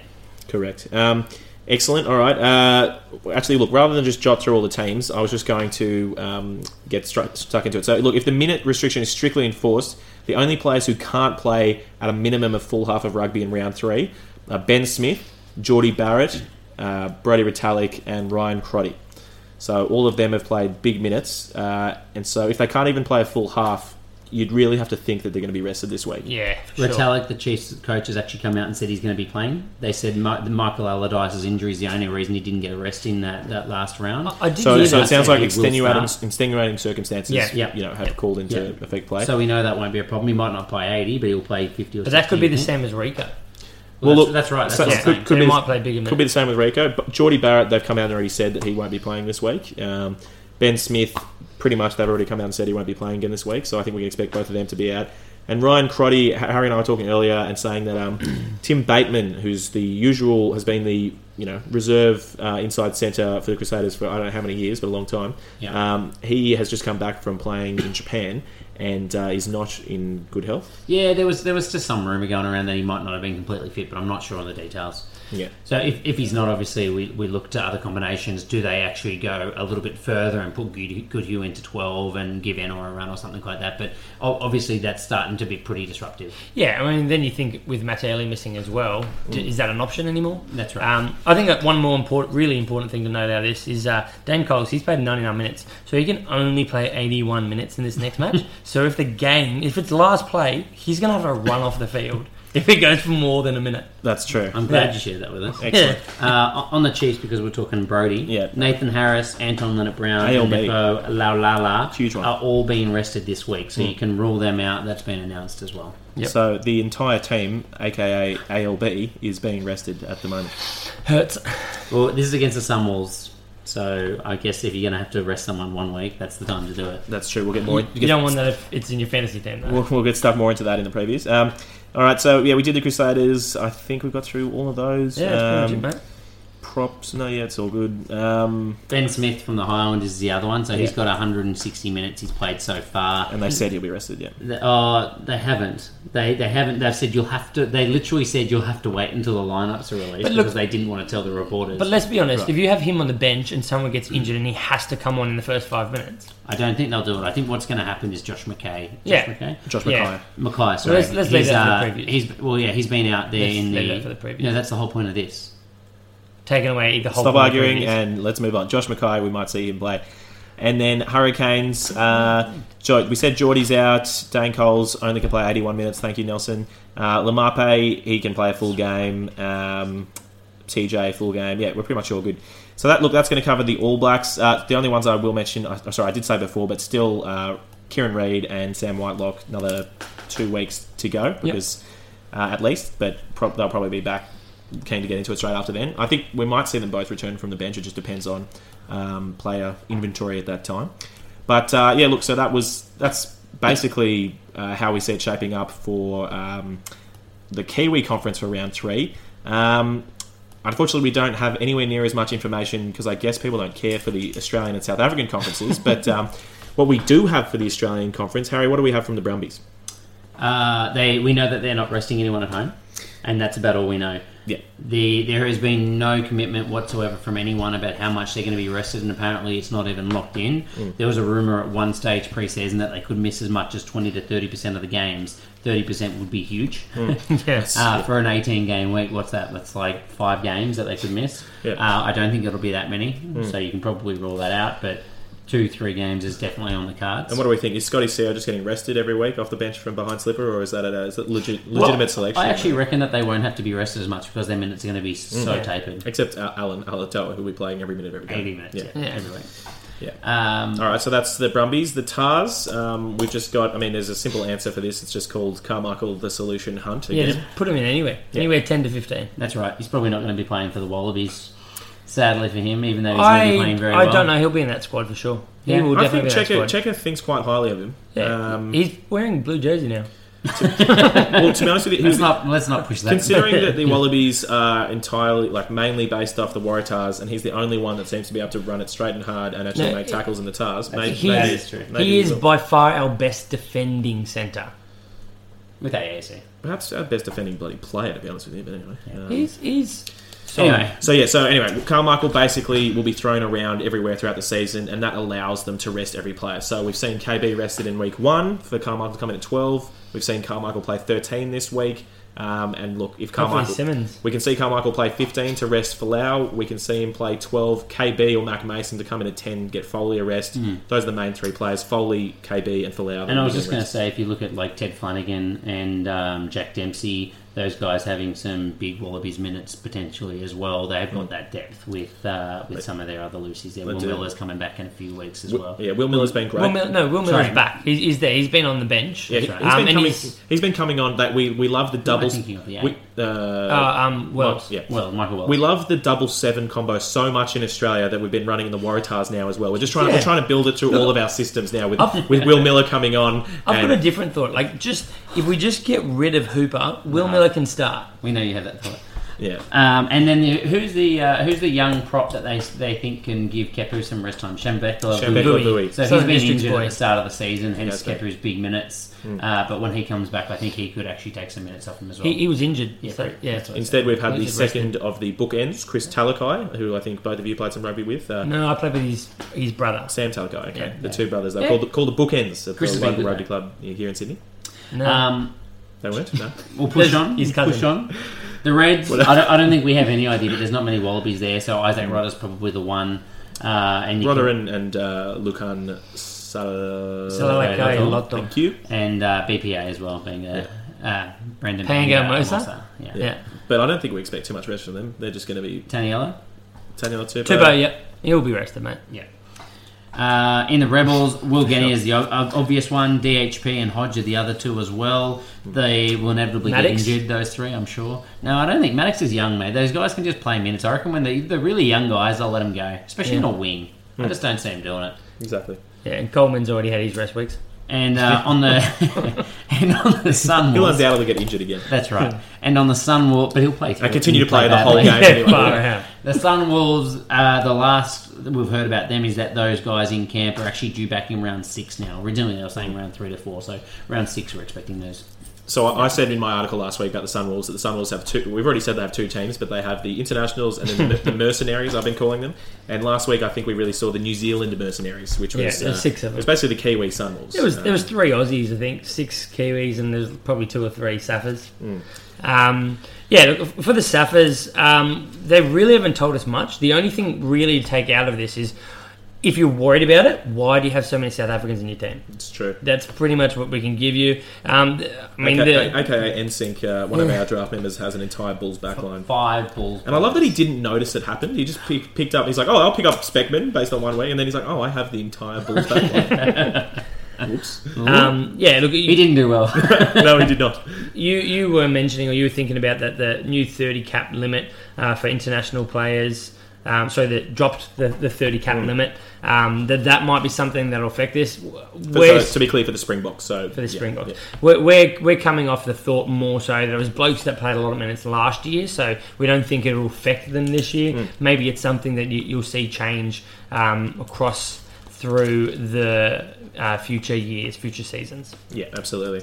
Correct. Um, excellent. All right. Uh, actually, look, rather than just jot through all the teams, I was just going to um, get struck, stuck into it. So, look, if the minute restriction is strictly enforced, the only players who can't play at a minimum of full half of rugby in round three are Ben Smith, Geordie Barrett, uh, Brody Retallick, and Ryan Crotty. So all of them have played big minutes, uh, and so if they can't even play a full half, you'd really have to think that they're going to be rested this week. Yeah. Sure. Retallick, the Chiefs coach, has actually come out and said he's going to be playing. They said Mi- that Michael Allardyce's injury is the only reason he didn't get a rest in that, that last round. I did So, hear so that. it sounds like He will extenuating, start. extenuating circumstances, Yeah. Yeah. you know, have called into Yeah. effect play. So we know that won't be a problem. He might not play 80, but he'll play 50 or But that could be the 60, same as Rico. Well, Well, that's, that's right. That's so- what I'm yeah. saying. Could Could be he the- might play bigger Could be the same with Rico. But Geordie Barrett, they've come out and already said that he won't be playing this week. Um, ben Smith, pretty much they've already come out and said he won't be playing again this week. So I think we can expect both of them to be out. And Ryan Crotty, H- Harry and I were talking earlier and saying that um, Tim Bateman, who's the usual, has been the you know reserve uh, inside centre for the Crusaders for I don't know how many years, but a long time. Yeah. Um, he has just come back from playing in Japan and uh, is not in good health. Yeah, there was there was just some rumor going around that he might not have been completely fit, but I'm not sure on the details. Yeah. So if, if he's not, obviously we, we look to other combinations. Do they actually go a little bit further and put Good- Goodhue into twelve and give Enor a run or something like that? But o- obviously that's starting to be pretty disruptive. Yeah, I mean, then you think with Mattelli missing as well, d Mm. is that an option anymore? That's right. Um, I think that one more important, really important thing to note out of this is uh, Dan Coles. He's played 99 minutes, so he can only play 81 minutes in this next match. so if the game, if it's last play, he's going to have a run off the field if it goes for more than a minute. That's true. I'm glad Yeah. you shared that with us. Excellent. Uh, on the Chiefs because we're talking Brody. Yeah. Nathan Harris, Anton Leonard Brown, ALB. Nepo Laulala Huge one. Hmm. are all being rested this week, so you can rule them out. That's been announced as well. Yep. So the entire team, aka ALB, is being rested at the moment. Hurts. Well, this is against the Sunwolves, so I guess if you're going to have to rest someone one week, that's the time to do it. That's true. We'll get more. You don't want that if it's in your fantasy team, though. We'll, we'll get stuff more into that in the previews. Um, all right. So yeah, we did the Crusaders. I think we got through all of those. yeah, it's Um, pretty much it, mate. props. No, yeah, it's all good. Um, Ben Smith from the Highlanders is the other one, so he's got 160 minutes he's played so far. and Hmm. they said he'll be rested. Yeah. They, uh, they haven't. They they haven't. They've said you'll have to. They literally said you'll have to wait until the lineups are released look- because they didn't want to tell the reporters. But let's be honest, Right. if you have him on the bench and someone gets injured and he has to come on in the first five minutes, I don't think they'll do it. I think what's going to happen is Josh McKay. Josh Yeah. McKay. Josh Yeah. McKay. Mackay, sorry. let's- let's leave He's, that for uh, the previews. He's well, yeah, he's been out there Let's in leave the. that for the previews. No, that's the whole point of this. taking away the whole. Stop point of arguing previous- and let's move on. Josh Mackay, we might see him play. And then Hurricanes. Uh, Jo- we said Geordie's out. Dane Coles only can play 81 minutes. Thank you, Nelson. Uh, Lamape, he can play a full game. Um, TJ, full game. Yeah, we're pretty much all good. So that look, that's going to cover the All Blacks. Uh, the only ones I will mention, I, I'm sorry, I did say before, but still, uh, Kieran Reid and Sam Whitelock, another two weeks to go because uh, at least, but pro- they'll probably be back keen to get into it straight after then. I think we might see them both return from the bench. It just depends on um, player inventory at that time. But uh, yeah, look, so that was that's basically uh, how we see it shaping up for um, the Kiwi conference for round three. Um, unfortunately, we don't have anywhere near as much information because I guess people don't care for the Australian and South African conferences. but um, what we do have for the Australian conference, Harry, what do we have from the Brumbies? Uh, they we know that they're not resting anyone at home, and that's about all we know. Yeah. The there has been no commitment whatsoever from anyone about how much they're going to be rested, and apparently it's not even locked in. There was a rumor at one stage pre-season that they could miss as much as twenty to thirty percent of the games. Thirty percent would be huge. yes. Uh, for an 18 game week, what's that? That's like five games that they could miss. Yeah. Uh, I don't think it'll be that many, so you can probably rule that out. But two, three games is definitely on the cards. And what do we think? Is Scotty Seo just getting rested every week off the bench from behind slipper, or is that a, is that legit, Well, legitimate selection? I actually reckon that they won't have to be rested as much because their minutes are going to be so Mm. Yeah. tapered. Except uh, Alan Alatoa, who will be playing every minute of every game. 80 minutes, yeah, Yeah. every week. Yeah. Um, All right, so that's the Brumbies. The Tars, um, we've just got, I mean, there's a simple answer for this. It's just called Carmichael the Solution Hunt. Yeah, Again. just put him in anywhere. Anywhere 10 to 15. That's right. He's probably not going to be playing for the Wallabies. Sadly for him, even though he's going to be I, playing very I well. don't know. He'll be in that squad for sure. He Yeah. will I definitely think be in Checker, that squad. Checker thinks quite highly of him. Yeah. Um, He's wearing blue jersey now. well, to be honest with you, he was Let's not let's not push that. Considering that the Wallabies are entirely, like, mainly based off the Waratahs, and he's the only one that seems to be able to run it straight and hard and actually No, make it- tackles in the Tars, maybe, He maybe, is true. maybe he is will. by far our best defending centre. with AAC. perhaps our best defending bloody player, to be honest with you. But anyway, um, He's, he's Anyway, So yeah, so anyway, Carmichael basically will be thrown around everywhere throughout the season, and that allows them to rest every player. So we've seen KB rested in week one for Carmichael to come in at twelve. We've seen Carmichael play thirteen this week. Um, and look, if Carmichael Simmons. we can see Carmichael play fifteen to rest Falau. We can see him play twelve. KB or Mac Mason to come in at ten, get Foley a rest. Those are the main three players: Foley, KB, and Falau. Hmm. and I was just going to say, if you look at like Ted Flanagan and um, Jack Dempsey, those guys having some big Wallabies minutes potentially as well. They've got that depth with uh, with some of their other loosies. There, Will Mm. do. Miller's coming back in a few weeks as well. Will, yeah, Will Miller's been great. Will Miller, no, Will Miller's Sorry. back. He's, he's there. He's been on the bench. Yeah, he- right. he's Um, been and coming. he's- he's been coming on that we we love the doubles. thinking of the we, uh, Uh, um, Wells. yeah. Well, Michael Wells. We love the double seven combo so much in Australia that we've been running in the Waratahs now as well. We're just trying we're trying to build it through all of our systems now with I've- with Will Miller coming on. I've and- got a different thought. Like, just if we just get rid of Hooper, Will Miller can start. we know you have that thought. yeah. Um, and then the, who's the uh, who's the young prop that they they think can give Kepu some rest time? Shambekla. Shambekla Vui. So Southern he's been District's injured boy. at the start of the season, hence That's Kepu's big minutes. Uh, but when he comes back, I think he could actually take some minutes off him as well. Hmm. He, he was injured. Yeah, so, correct. yeah. That's Instead, we've had the He's rested. second of the bookends, Chris Talakai, who I think both of you played some rugby with. Uh, No, I played with his his brother. Sam Talakai, okay, Yeah. the two brothers. They're Yeah. called, the, called the bookends of Chris has the been local good, rugby though. club here in Sydney. No. Um, They weren't. No. we'll push on. his cousin. Push on. The Reds. I don't, I don't think we have any idea, but there's not many Wallabies there, so Isaac Rodder's probably the one. Uh, and you can- Rotherham and uh, Lucan Sal- so like, uh, I lot of- Thank you. and uh, BPA as well being there. Uh, Brendan Pango Pango Mosa? Yeah. Yeah. But I don't think we expect too much rest from them. They're just going to be Taniela. Taniela Tupo. Tubo, yeah. He'll be rested, mate. Yeah. Uh, in the Rebels, Will Genny is the o- ob- obvious one. DHP and Hodge are the other two as well. They will inevitably Maddox? get injured, those three, I'm sure. No, I don't think Maddox is young, mate. Those guys can just play minutes. I reckon when they, they're really young guys, I'll let them go, especially in a wing. Hmm. I just don't see him doing it. Exactly. Yeah, and Coleman's already had his rest weeks. And uh, on the and on the Sun He'll undoubtedly get injured again. that's right. And on the Sun but he'll play. Hmm. I continue he'll to play the whole badly. game. anyway. far out. The Sunwolves, uh, the last that we've heard about them is that those guys in camp are actually due back in round six now. Originally, they were saying round three to four, so round six we're expecting those. So I I said in my article last week about the Sunwolves that the Sunwolves have two. We've already said they have two teams, but they have the internationals and then the, the mercenaries. I've been calling them. And last week, I think we really saw the New Zealand mercenaries, which was Yeah, there's six of It them. was basically the Kiwi Sunwolves. There was Uh, there was three Aussies, I think, six Kiwis, and there's probably two or three Saffers. Um, yeah, look, f- for the Saffers, um, they really haven't told us much. The only thing really to take out of this is, if you're worried about it, why do you have so many South Africans in your team? it's true. That's pretty much what we can give you. Um, th- I mean, Okay, the, AKA NSYNC, uh, one of our draft members, has an entire Bulls backline. Five balls. And I love that he didn't notice it happened. He just pick, picked up. He's like, "Oh, I'll pick up Speckman based on one week," and then he's like, "Oh, I have the entire Bulls backline." Oops. um, yeah, look, He you, didn't do well. No, he did not. you you were mentioning or you were thinking about that the new 30 cap limit uh, for international players. Um, so that dropped the, the 30 cap Mm. limit. Um, that that might be something that'll affect this. So, Where's- to be clear, for the Springboks. So for the yeah, Springboks. yeah. We're, we're, we're coming off the thought more so there was blokes that played a lot of minutes last year, so we don't think it'll affect them this year. Mm. Maybe it's something that you, you'll see change um, across through the uh, future years, future seasons. Yeah, absolutely.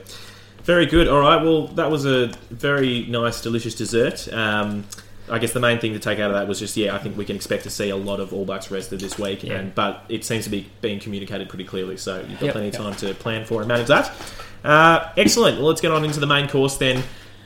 Very good. All right. Well, that was a very nice, delicious dessert. Um, I guess the main thing to take out of that was just yeah, I think we can expect to see a lot of All Blacks rested this week, Yeah. and but it seems to be being communicated pretty clearly, so you've got Yep. plenty of time to plan for and manage that. Uh, excellent. Well, let's get on into the main course then,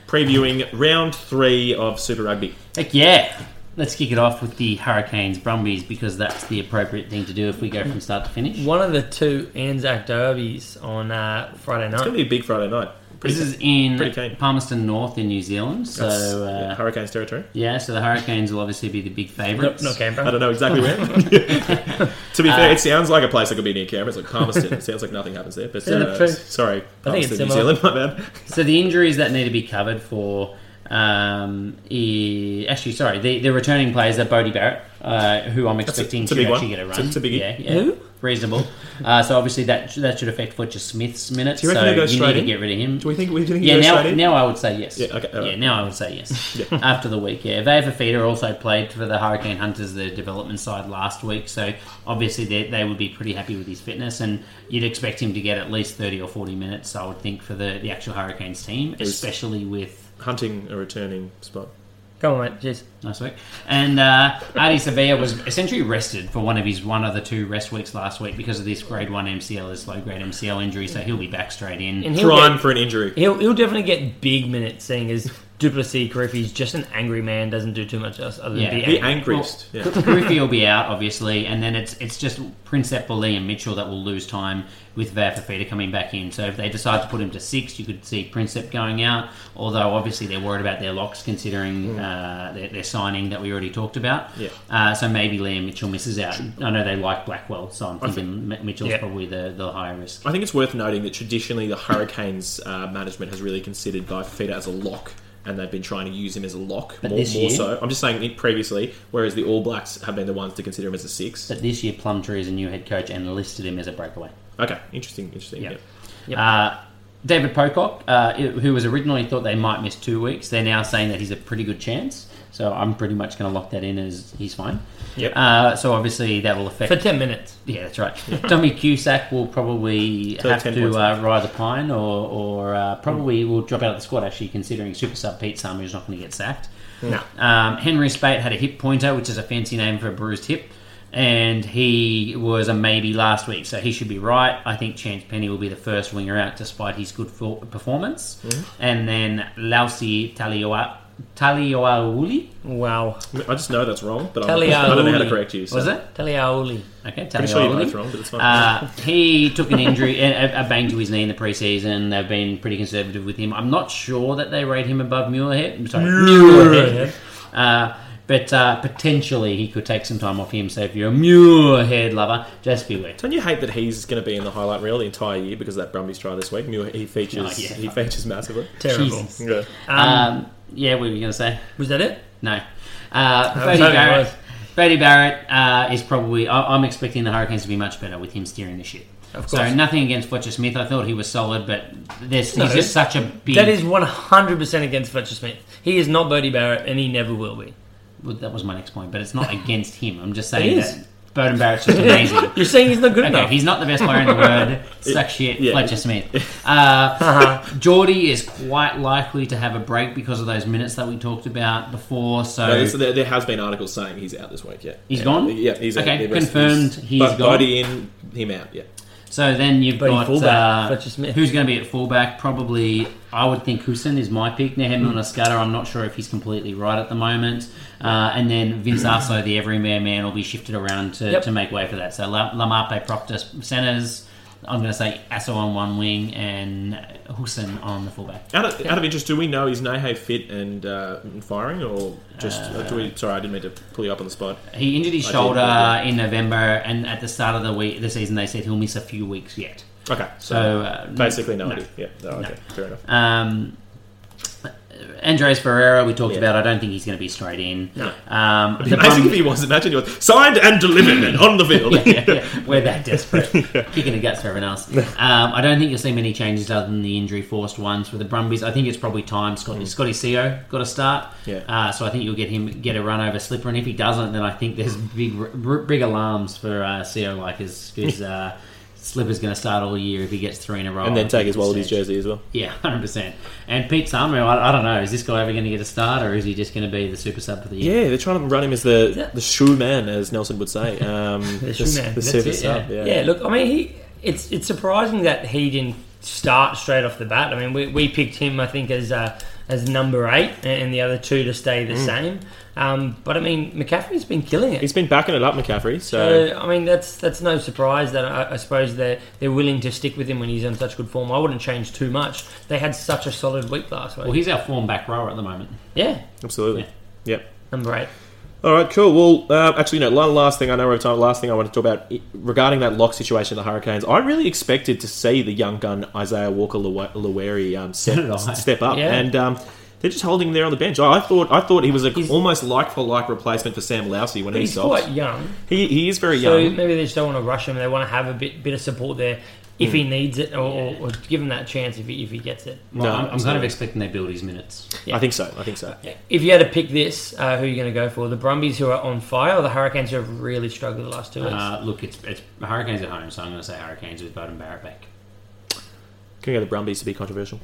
previewing round three of Super Rugby. Heck yeah. Let's kick it off with the Hurricanes Brumbies because that's the appropriate thing to do if we go from start to finish. One of the two Anzac derbies on uh, Friday It's going night. to be a big Friday night. This is in pretty keen. Palmerston North in New Zealand, so That's, yeah, uh, Hurricanes territory. yeah, so the Hurricanes will obviously be the big favourites. Not I Canberra. don't know exactly where. to be Uh, fair, it sounds like a place that could be near Canberra. It's like Palmerston. it sounds like nothing happens there. But Isn't it uh, true? sorry, I think Palmerston, it's New similar. Zealand. My bad. So the injuries that need to be covered for, um, i actually, sorry, the, the returning players are Bodie Barrett, uh, who I'm a- expecting it's a should big actually one. get a It's run. a- it's a biggie. Yeah, yeah. Who? Reasonable. Uh, so obviously that that should affect Fletcher Smith's minutes. Do you reckon so he goes you straight need in? to get rid of him. Do we think? Do you think he Yeah, goes now, straight in? now I would say yes. Yeah, okay, all right. Yeah, now I would say yes. After the week, yeah. Vava Fida also played for the Hurricane Hunters, the development side last week, so obviously they, they would be pretty happy with his fitness, and you'd expect him to get at least 30 or 40 minutes, I would think, for the, the actual Hurricanes team, especially with hunting a returning spot. Come on, mate. Jeez. last week. And uh, Artie Sevilla was essentially rested for one of his one of the two rest weeks last week because of this grade one MCL, this low grade MCL injury. So he'll be back straight in. And he'll Prime get- for an injury. He'll, he'll definitely get big minutes, seeing as Duplessis Griffey's just an angry man, doesn't do too much else other than Yeah. be The angry. angriest. Yeah. Griffey will be out, obviously, and then it's it's just Princep Lee and Mitchell that will lose time with Vafafita coming back in. So if they decide to put him to six, you could see Princep going out. Although obviously they're worried about their locks considering uh, their, their signing that we already talked about. Yeah. Uh, so maybe Liam Mitchell misses out. I know they like Blackwell, so I'm thinking Mi- Mitchell's Yeah. probably the, the higher risk. I think it's worth noting that traditionally the Hurricanes uh, management has really considered Guy Fafita as a lock, and they've been trying to use him as a lock more, this more year- so. I'm just saying it previously, whereas the All Blacks have been the ones to consider him as a six. But this year, Plumtree is a new head coach and listed him as a breakaway. Okay, interesting, interesting. Yeah. Yeah. Uh, David Pocock, uh, who was originally thought they might miss two weeks, they're now saying that he's a pretty good chance. So I'm pretty much going to lock that in as he's fine. Yep. Uh, so obviously that will affect. For 10 minutes. yeah, that's right. Tommy Cusack will probably So have 10 to points. uh, ride the pine, or, or uh, probably will drop out of the squad. Actually, considering super sub Pete Sumner is not going to get sacked. No. Um, Henry Spate had a hip pointer, which is a fancy name for a bruised hip, and he was a maybe last week, so he should be right. I think Chance Penny will be the first winger out, despite his good for- performance. Mm-hmm. And then Lausi Talioa. Talioauli, Wow. I just know that's wrong, but I'm, I don't know how to Taliauli. correct you. So. was it? Taliaoli. Okay, I'm sure you Taliauli. both wrong, but it's fine. Uh, he took an injury, a, a bang to his knee in the preseason. They've been pretty conservative with him. I'm not sure that they rate him above Muellerhead. Sorry, Muellerhead. Uh, but uh, potentially he could take some time off him. So if you're a Muellerhead lover, just beware. Don't you hate that he's going to be in the highlight reel the entire year because of that Brumbies try this week? Muir, he features, Oh, yeah. he features massively. Terrible. Jesus. Yeah. Um, yeah, what were you going to say? Was that it? No. Uh, Brady sorry, Barrett. guys. Brady Barrett uh, is probably. I, I'm expecting the Hurricanes to be much better with him steering the ship. Of course. So nothing against Fletcher Smith. I thought he was solid, but there's, he's just such a big. That is 100% against Fletcher Smith. He is not Bodie Barrett, and he never will be. Well, that was my next point, but it's not against him. I'm just saying It that is. Bowden Barrett's just amazing. You're saying he's not good Okay, enough. he's not the best player in the world. Suck shit, yeah. Uh-huh. Fletcher Smith. Uh, Geordie is quite likely to have a break because of those minutes that we talked about before. So No, so there, there has been articles saying he's out this week. Yeah, He's yeah. gone? Yeah, he's Okay, out. The rest confirmed is- he's but gone. Body in, him out. Yeah, So then you've But in got fullback, uh, Fletcher Smith. who's going to be at fullback. Probably, I would think Husin is my pick. Nehem Hmm. Nunaskada, I'm not sure if he's completely right at the moment. Uh, and then Vince Arso, the everyman man, will be shifted around to, Hmm. Yep. to make way for that. So La- Lamape Proctor centres. I'm going to say Asso on one wing and Husin on the fullback. out of, out of interest, do we know is Nahe fit and uh, firing or just? uh, do Uh, we, sorry, I didn't mean to pull you up on the spot. He injured his I did, shoulder yeah. in November, and at the start of the week, the season, they said he'll miss a few weeks yet. Okay, So uh, basically no, idea. Yeah, no, okay, fair enough. Um, Andres Ferreira, we talked Yeah. about. I don't think he's going to be straight in. No. Um, the Amazing Brum- if he was. Imagine he was signed and delivered and on the field. yeah, yeah, we're that desperate. Kicking the guts for everyone else. Um, I don't think you'll see many changes other than the injury forced ones for the Brumbies. I think it's probably time Scotty Scotty Co got to start. Mm. Yeah. Uh, so I think you'll get him get a run over Slipper, and if he doesn't, then I think there's big r- big alarms for uh, Co like his because uh, Slipper's going to start all year if he gets three in a row. And then take his Wallabies Stage. jersey as well. Yeah, hundred percent. And Pete Samu, I, I don't know. Is this guy ever going to get a start, or is he just going to be the super sub for the year? Yeah, they're trying to run him as the the shoe man, as Nelson would say. Um, the shoe the man, that's super it, sub, yeah. Yeah. Yeah, look, I mean, he it's it's surprising that he didn't start straight off the bat. I mean, we, we picked him, I think, as uh, as number eight, a- and the other two to stay the same. Um, but I mean, McCaffrey's been killing it. He's been backing it up, McCaffrey. So, So, I mean, that's that's no surprise that I, I suppose they're, they're willing to stick with him when he's in such good form. I wouldn't change too much. They had such a solid week last week. Well, he's our form back rower at the moment. yeah, absolutely. Yep. number eight. All right, cool. Well, uh, actually, no. One last thing I know we're over time. Last thing I want to talk about i- regarding that lock situation, of the Hurricanes. I really expected to see the young gun Isaiah Walker Leweri um, did I. step, step up, Yeah. and um, they're just holding him there on the bench. I I thought I thought he was a He's- almost like for like replacement for Sam Lousy when he He's stopped. quite young, He, he is very so young. maybe they just don't want to rush him. They want to have a bit bit of support there if he needs it, or, or, or give him that chance if he, if he gets it. Well, No, I'm, I'm kind of absolutely. expecting they build his minutes. I think so. I think so. If you had to pick this, uh, who are you going to go for? The Brumbies, who are on fire, or the Hurricanes, who have really struggled the last two weeks? Uh, look, it's, it's Hurricanes at home, so I'm going to say Hurricanes with Bowden Barrett back. Can we go to the Brumbies to be controversial?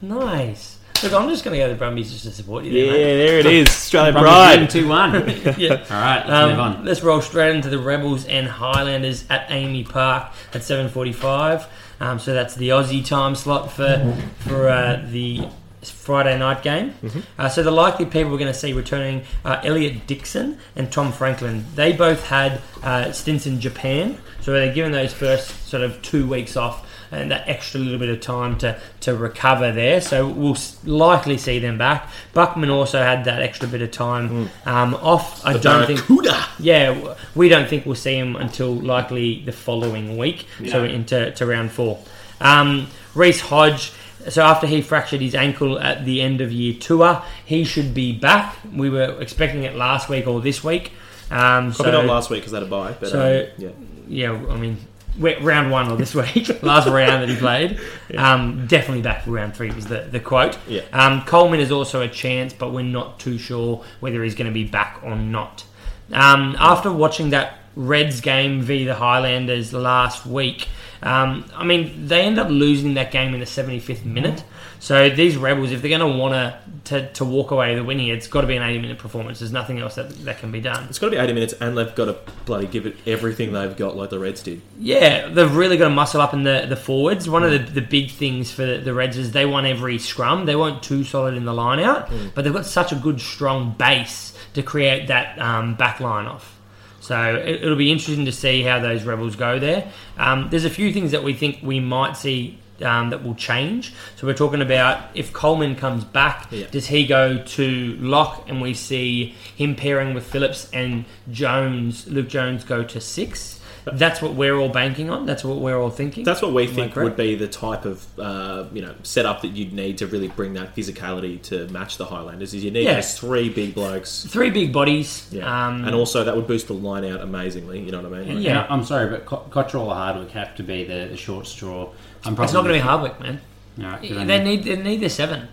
nice. Look, I'm just going to go to the Brumbies just to support you. Yeah, There, mate. there it is. Australian Brumbies pride. two one. All right, Yeah. let's move Um, on. let's roll straight into the Rebels and Highlanders at Amy Park at 7:45. Um, so that's the Aussie time slot for for uh, the Friday night game. Mm-hmm. Uh, so the likely people we're going to see returning are Elliot Dixon and Tom Franklin. They both had uh, stints in Japan, so they're given those first sort of two weeks off. And that extra little bit of time to, to recover there, so we'll s- likely see them back. Buckman also had that extra bit of time Mm. um, off. I don't think Barracuda. yeah, w- we don't think we'll see him until likely the following week, so into to round four. Um, Reese Hodge. So after he fractured his ankle at the end of year tour, he should be back. We were expecting it last week or this week. Um, Probably so, not last week because they had a bye. But, so- um, yeah. Yeah, I mean, we- round one or this week, last round that he played. Um, definitely back for round three was the, the quote. Yeah. Um, Coleman is also a chance, but we're not too sure whether he's going to be back or not. Um, after watching that Reds game v the Highlanders last week, um, I mean, they end up losing that game in the 75th minute. So these Rebels, if they're going to want to to walk away with a win here, it's got to be an 80 minute performance. There's nothing else that, that can be done. It's got to be 80 minutes, and they've got to bloody give it everything they've got, like the Reds did. Yeah, they've really got to muscle up in the, the forwards. One of the, the big things for the, the Reds is they won every scrum. They weren't too solid in the line out, but they've got such a good, strong base to create that um, back line off. So it, it'll be interesting to see how those Rebels go there. Um, there's a few things that we think we might see um, that will change. So we're talking about if Coleman comes back, Yeah. does he go to lock and we see him pairing with Phillips and Jones, Luke Jones go to six? That's what we're all banking on. That's what we're all thinking. That's what we I think correct? would be the type of uh, you know setup that you'd need to really bring that physicality to match the Highlanders. Is you need Yeah. those three big blokes, three big bodies. yeah. Um, and also that would boost the line out amazingly. You know what I mean? Like, Yeah. Yeah, I'm sorry, but Co- Cottrell or Hardwick have to be the, the short straw. I'm probably it's not going to be Hardwick, man. All right, good on They you. need they need their seven,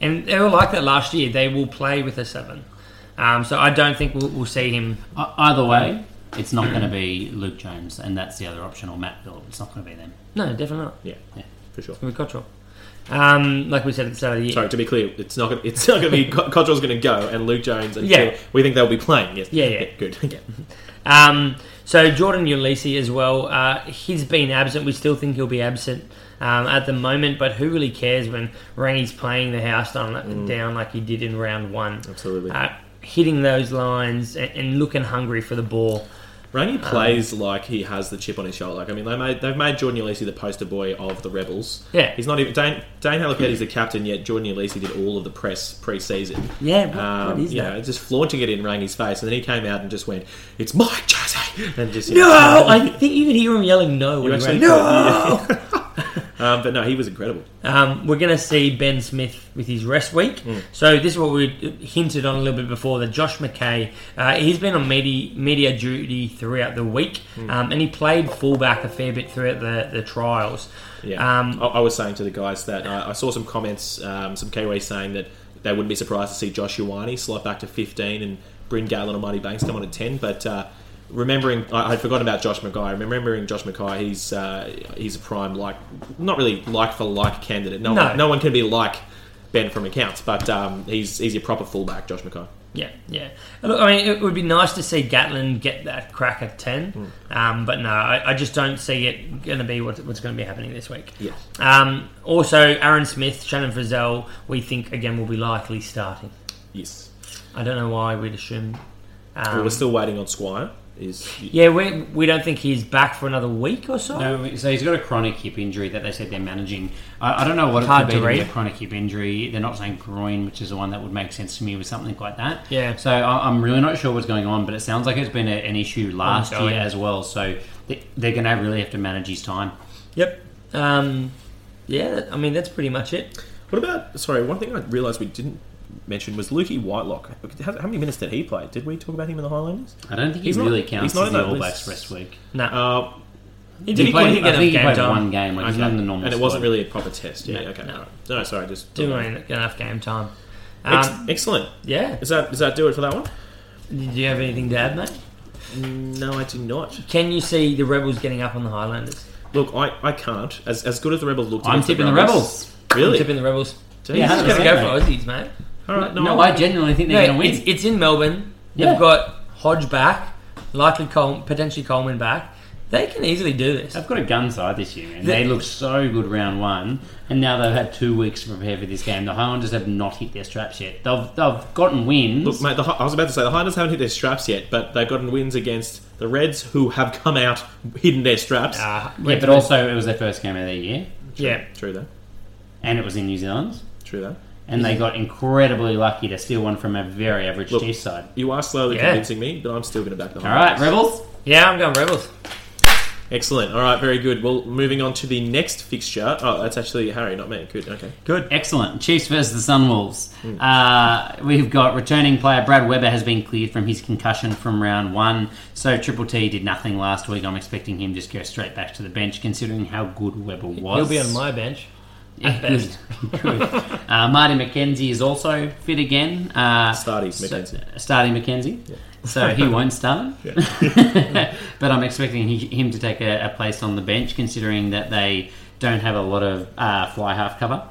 and they were like that last year. They will play with a seven. Um, so I don't think we'll, we'll see him. E- Either way, it's not going to be Luke Jones, and that's the other option, or Matt Phillips. It's not going to be them. No, definitely not. yeah, Yeah. for sure. With Cottrell, um, like we said at the start of the year. Sorry, to be clear, it's not gonna, it's not going to be Co- Cottrell's going to go and Luke Jones and Yeah. Phil- we think they'll be playing. Yes. Yeah, yeah. good. Um, so Jordan Ulysses as well. Uh, he's been absent. We still think he'll be absent um, at the moment, but who really cares when Rangi's playing the house down, down like he did in round one? Mm. Absolutely. Uh, hitting those lines and, and looking hungry for the ball. Um, Rangi plays like he has the chip on his shoulder. Like I mean, they made they've made Jordan Ulysses the poster boy of the Rebels. Yeah. he's not even Dane Dane Halipetti's the captain yet. Jordan Ulysses did all of the press pre-season. Yeah, what, Um, what is you that? know, just flaunting it in Rangi's face, and then he came out and just went, "It's my jersey," and just No, I think you can hear him yelling no. You When he actually ran. no. could, yeah. um, but no, he was incredible. Um, we're going to see Ben Smith with his rest week. Mm. So this is what we hinted on a little bit before. That Josh McKay, uh, he's been on media, media duty throughout the week, Mm. um, and he played fullback a fair bit throughout the, the trials. Yeah, Oh. Um, I, I was saying to the guys that uh, I, I saw some comments, um, some Kiwis saying that they wouldn't be surprised to see Josh Iwani slot back to 15 and Bryn Galen and Marty Banks come on at 10. But uh, remembering, I, I'd forgotten about Josh McKay. Remembering Josh McKay, he's uh, he's a prime like, not really like for like candidate. No, No. One, no one can be like Ben from accounts, but um, he's he's your proper fullback, Josh McKay. Yeah, yeah. And Look, I mean, it would be nice to see Gatlin get that crack at 10, Mm. um, but no, I, I just don't see it going to be what, what's going to be happening this week. Yes. Um, also, Aaron Smith, Shannon Frizzell, we think, again, will be likely starting. Yes. I don't know why we'd assume. Um, Well, we're still waiting on Squire. Is yeah, we, we don't think he's back for another week or so. No, so he's got a chronic hip injury that they said they're managing. I, I don't know what Hard it to could be to be read. a chronic hip injury. They're not saying groin, which is the one that would make sense to me with something like that. Yeah. So I, I'm really not sure what's going on, but it sounds like it's been a, an issue last Ongoing. year as well. So they, they're going to really have to manage his time. Yep. Um, yeah, that- I mean, that's pretty much it. what about? Sorry, one thing I realised we didn't mention was Lukey Whitelock. How, how many minutes did he play? Did we talk about him in the Highlanders? I don't think He's he not- really counts he's not as in the that All list. Blacks rest week. No. Uh, he He did played, he get I think enough he game played time. one game, like he's not in the normal and it wasn't squad. really a proper test. Yeah. okay. no. all right. No, sorry. Just Didn't really get enough game time. Um, Ex- excellent. yeah. Is that does that do it for that one? Do you have anything to add, mate? No, I do not. Can you see the Rebels getting up on the Highlanders? Look, I, I can't. As, as good as the Rebels looked, I'm against tipping the Rebels. Really? I'm tipping the Rebels. Jeez. Yeah, Just gotta 100%, go for Aussies, mate. All right. No, No, I, I genuinely think No, they're going it's, to win. it's in Melbourne. Yeah. You've got Hodge back, likely Col- potentially Coleman back. They can easily do this. They've got a gun side this year, man. The- They look so good round one, and now they've had two weeks to prepare for this game. The Highlanders have not hit their straps yet. They've they've gotten wins. look, mate. The, Hi- I was about to say the Highlanders haven't hit their straps yet, but they've gotten wins against the Reds, who have come out hidden their straps. Ah, yeah, but also it was their first game of the year, yeah, True that. and it was in New Zealand, True that. and they got incredibly lucky to steal one from a very average Look. Chiefs side. You are slowly Yeah. convincing me, but I'm still going to back the All right, Highlanders. Rebels. yeah, I'm going Rebels. Excellent. All right. Very good. Well, moving on to the next fixture. Oh, that's actually Harry, not me. Good. Okay. Good. Excellent. Chiefs versus the Sunwolves. Uh, we've got returning player Brad Weber has been cleared from his concussion from round one. So Triple T did nothing last week. I'm expecting him just go straight back to the bench, considering how good Weber was. He'll be on my bench. Yeah, good. good. Uh, Marty McKenzie is also fit again. Uh, Starty so- McKenzie. Starty McKenzie. So he won't start. but I'm expecting he, him to take a, a place on the bench, considering that they don't have a lot of uh, fly half cover.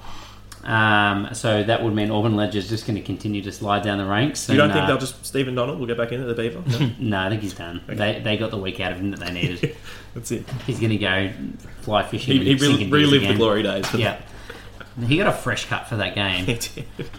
Um, so that would mean Auburn Ledger's just going to continue to slide down the ranks. You don't and, think uh, they'll just Stephen Donald will get back in at the Beaver? No, No, I think he's done. They, they got the week out of him that they needed. that's it. he's going to go fly fishing. He, he and sink re- in these relived the again. glory days. For Yeah. He got a fresh cut for that game. that.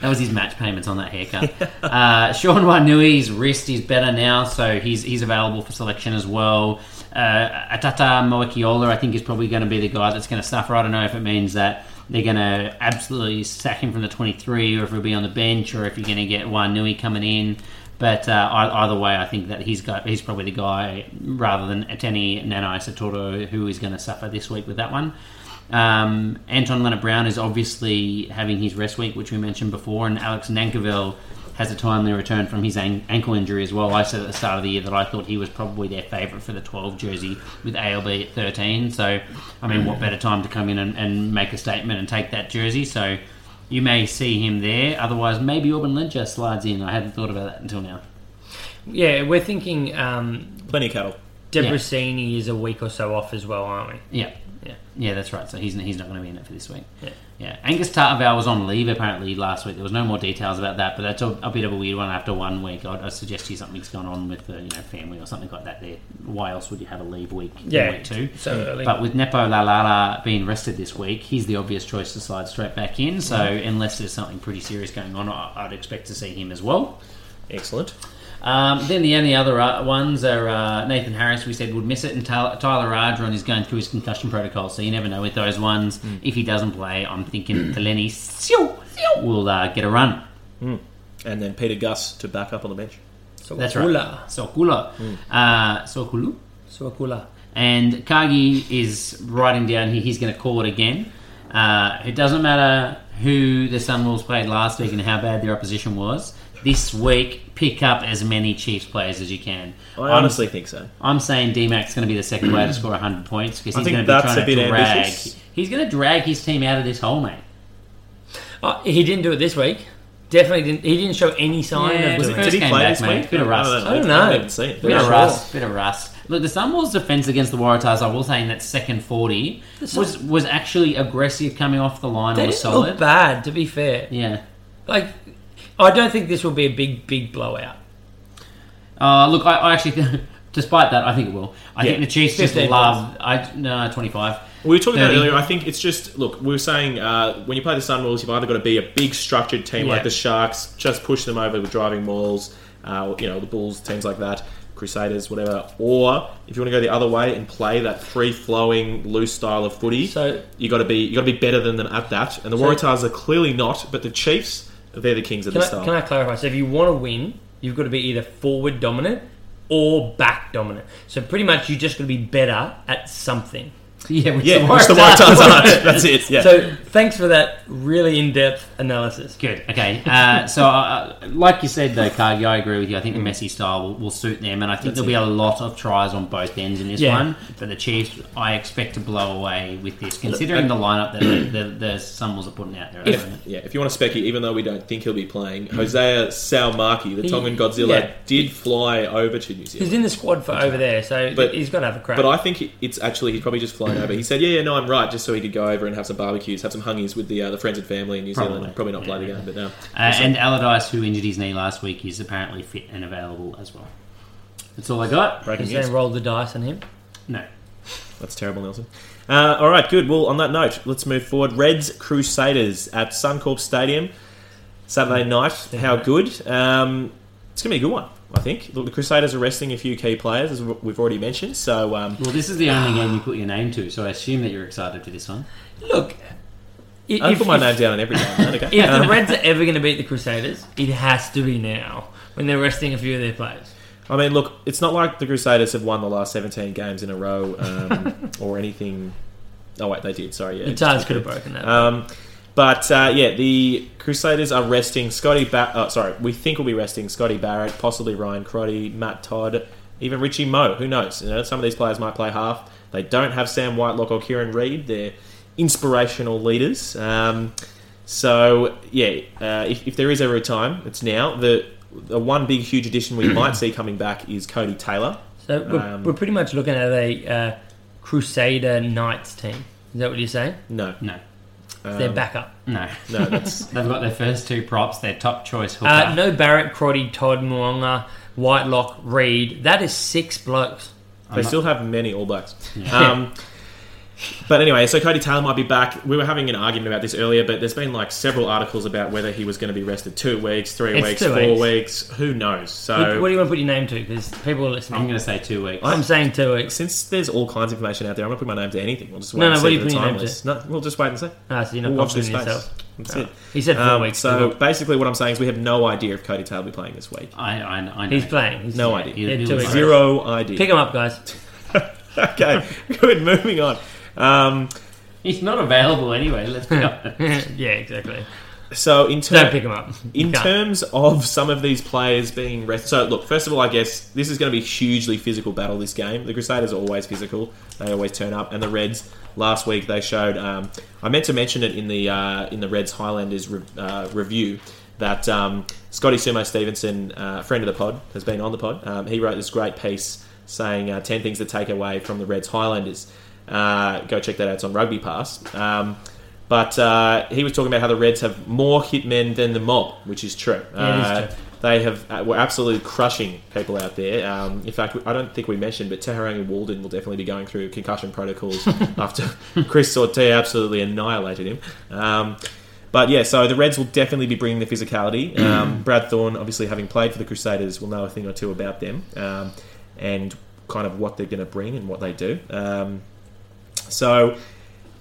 That was his match payments on that haircut. uh, Sean Wanui's wrist is better now, so he's he's available for selection as well. Uh, Atata Moekiola, I think, is probably going to be the guy that's going to suffer. I don't know if it means that they're going to absolutely sack him from the 23, or if he'll be on the bench, or if you're going to get Wanui coming in. But uh, ei- either way, I think that he's got he's probably the guy rather than Ateni Nanai Satoru who is going to suffer this week with that one. Um, Anton Leonard Brown is obviously having his rest week, which we mentioned before, and Alex Nankerville has a timely return from his an- ankle injury as well. I said at the start of the year that I thought he was probably their favourite for the 12 jersey with ALB at 13. So, I mean, what better time to come in and, and make a statement and take that jersey? So, you may see him there. Otherwise, maybe Auburn Ledger slides in. I hadn't thought about that until now. Yeah, we're thinking um, Plenty of cattle. Yeah. Debrasini is a week or so off as well, aren't we? Yeah, Yeah. yeah, that's right. So he's he's not going to be in it for this week. Yeah. Angus Tartavale was on leave apparently last week. There was no more details about that, but that's a, a bit of a weird one. After one week, I'd, I suggest to you something's gone on with the you know family or something like that. There, why else would you have a leave week? in Yeah, week two. so early. But with Nepo Lalala being rested this week, he's the obvious choice to slide straight back in. So Mm. unless there's something pretty serious going on, I, I'd expect to see him as well. Excellent. Um, then the only other uh, ones are uh, Nathan Harris, we said would miss it, and Tyler, Tyler Ardron is going through his concussion protocol, so you never know with those ones. Hmm. If he doesn't play, I'm thinking Lenny will uh, get a run. And then Peter Gus to back up on the bench. So That's right. Sokula. Hmm. Uh, Sokulu. Suakula. And Kagi is writing down here he's going to call it again. Uh, it doesn't matter who the Sunwolves played last week and how bad their opposition was. This week, pick up as many Chiefs players as you can. I I'm- honestly think so. I'm saying D-Mac's going to be the second player to score 100 points because I he's think going to be that's trying a to bit drag. ambitious. He's going to drag his team out of this hole, mate. Oh, he didn't do it this week. Definitely didn't. He didn't show any sign Yeah, of was doing it it. First game back, mate. Bit of rust. I I don't I know. haven't seen it. Bit Yeah, of sure. rust, bit of rust. Look, the Sunwolves' defense against the Waratahs, I will say, in that second 40 was was actually aggressive coming off the line They and was didn't look solid. bad, to be fair. Yeah, Like, I don't think this will be a big, big blowout. Uh, look, I, I actually, despite that, I think it will. I Yeah. think the Chiefs just 15 love. I no twenty five. We were talking Thirty. about it earlier. I think it's just look. We were saying uh, when you play the Sun Wolves, you've either got to be a big structured team Yeah. like the Sharks, just push them over with driving mauls, uh, you know the Bulls, teams like that, Crusaders, whatever. Or if you want to go the other way and play that free flowing, loose style of footy, So- you got to be you got to be better than them at that. And the Waratahs are clearly not, but the Chiefs, they're the kings of Can the I, style. can I clarify? So if you want to win, you've got to be either forward dominant or back dominant. So pretty much you just got to be better at something. Yeah, which yeah, the which the Waratahs Waratahs were. aren't. That's it. Yeah. So thanks for that really in-depth analysis. Good. Okay. Uh, so, uh, like you said, though, Cardi, I agree with you. I think the Messi style will, will suit them, and I think there'll be a lot of tries on both ends in this Yeah. one. But the Chiefs, I expect to blow away with this, considering the lineup that the, the, the Sunwolves are putting out there. at the moment. Yeah, if you want to spec it, even though we don't think he'll be playing, Hosea Salmaki, the Tongan Godzilla, yeah. did fly over to New He's Zealand. in the squad for over there, so But- he's got to have a crack. But I think it's actually he's probably just flown over. He said, "Yeah, yeah, no, I'm right," just so he could go over and have some barbecues, have some hungies with the uh, the friends and family in New Probably. Zealand. Probably not play Yeah. the game, but no. Uh, and Allardyce, who injured his knee last week, is apparently fit and available as well. That's all I got. Breaking Does anyone news. roll the dice on him? No. That's terrible, Nelson. Uh, all right, good. Well, on that note, let's move forward. Reds Crusaders at Suncorp Stadium Saturday night. How good? Um, it's gonna be a good one, I think. Look, the Crusaders are resting a few key players, as we've already mentioned. So um, Well, this is the only game you put your name to, so I assume that you're excited for this one. Look, i- I if, put my if- name down on every game. man, okay? if Um, the Reds are ever going to beat the Crusaders, it has to be now when they're resting a few of their players. I mean, look, it's not like the Crusaders have won the last 17 games in a row um, or anything. Oh, wait, they did. Sorry, yeah. The Tars could have broken that. Um, but uh, yeah, the Crusaders are resting Scotty. Ba- uh, sorry, we think we'll be resting Scotty Barrett, possibly Ryan Crotty, Matt Todd, even Richie Moe. Who knows? You know, some of these players might play half. They don't have Sam Whitelock or Kieran Reid. They're inspirational leaders. Um, so yeah, uh, if, if there is ever a time, it's now. The the one big huge addition we might see coming back is Cody Taylor. so we're, um, we're pretty much looking at a uh, Crusader Knights team. Is that what you're saying? No, No. Uh, It's their backup. Uh, No. no, that's They've got their first two props, their top choice hooker. Uh, no Barrett, Crotty, Todd, Mwanga, Whitelock, Reed. That is six blokes. They I'm still have many All Blacks. Um, but anyway, so Cody Taylor might be back. We were having an argument about this earlier, but there's been like several articles about whether he was going to be rested two weeks, three It's weeks, two four weeks. Who knows? So what do you want to put your name to? Because people are listening. I'm I'm, going to say two weeks. saying two weeks. since there's all kinds of information out there, I'm not putting my name to anything. We'll just wait No, and no, see what are you for the putting your time name list. No, we'll just wait and see. Ah, so you're not We'll watch this confident in space. yourself. That's it. He said four Um, weeks. so basically, what I'm saying is we have no idea if Cody Taylor will be playing this week. I, I, I know. he's playing. He's No idea. He'll- Yeah, he'll two be weeks. fine. Zero idea. Pick him up, guys. okay, good. Moving on. Um, He's not available anyway. Let's be honest. yeah, exactly. so in terms, Don't pick him up. In Can't. terms of some of these players being rested, so look, first of all, I guess this is going to be a hugely physical battle. This game, the Crusaders are always physical; they always turn up. And the Reds last week they showed. Um, I meant to mention it in the uh, in the Reds Highlanders re- uh, review that um, Scotty Sumo Stevenson, uh, friend of the pod, has been on the pod. Um, he wrote this great piece saying uh, ten things to take away from the Reds Highlanders. Uh, go check that out; it's on Rugby Pass. Um, but uh, he was talking about how the Reds have more hitmen than the mob, which is true. Yeah, it is Uh, they have uh, were absolutely crushing people out there. Um, in fact, I don't think we mentioned, but Taharangi Walden will definitely be going through concussion protocols after Chris Sorte absolutely annihilated him. Um, but yeah, so the Reds will definitely be bringing the physicality. Um, Brad Thorne, obviously having played for the Crusaders, will know a thing or two about them um, and kind of what they're going to bring and what they do. Um, so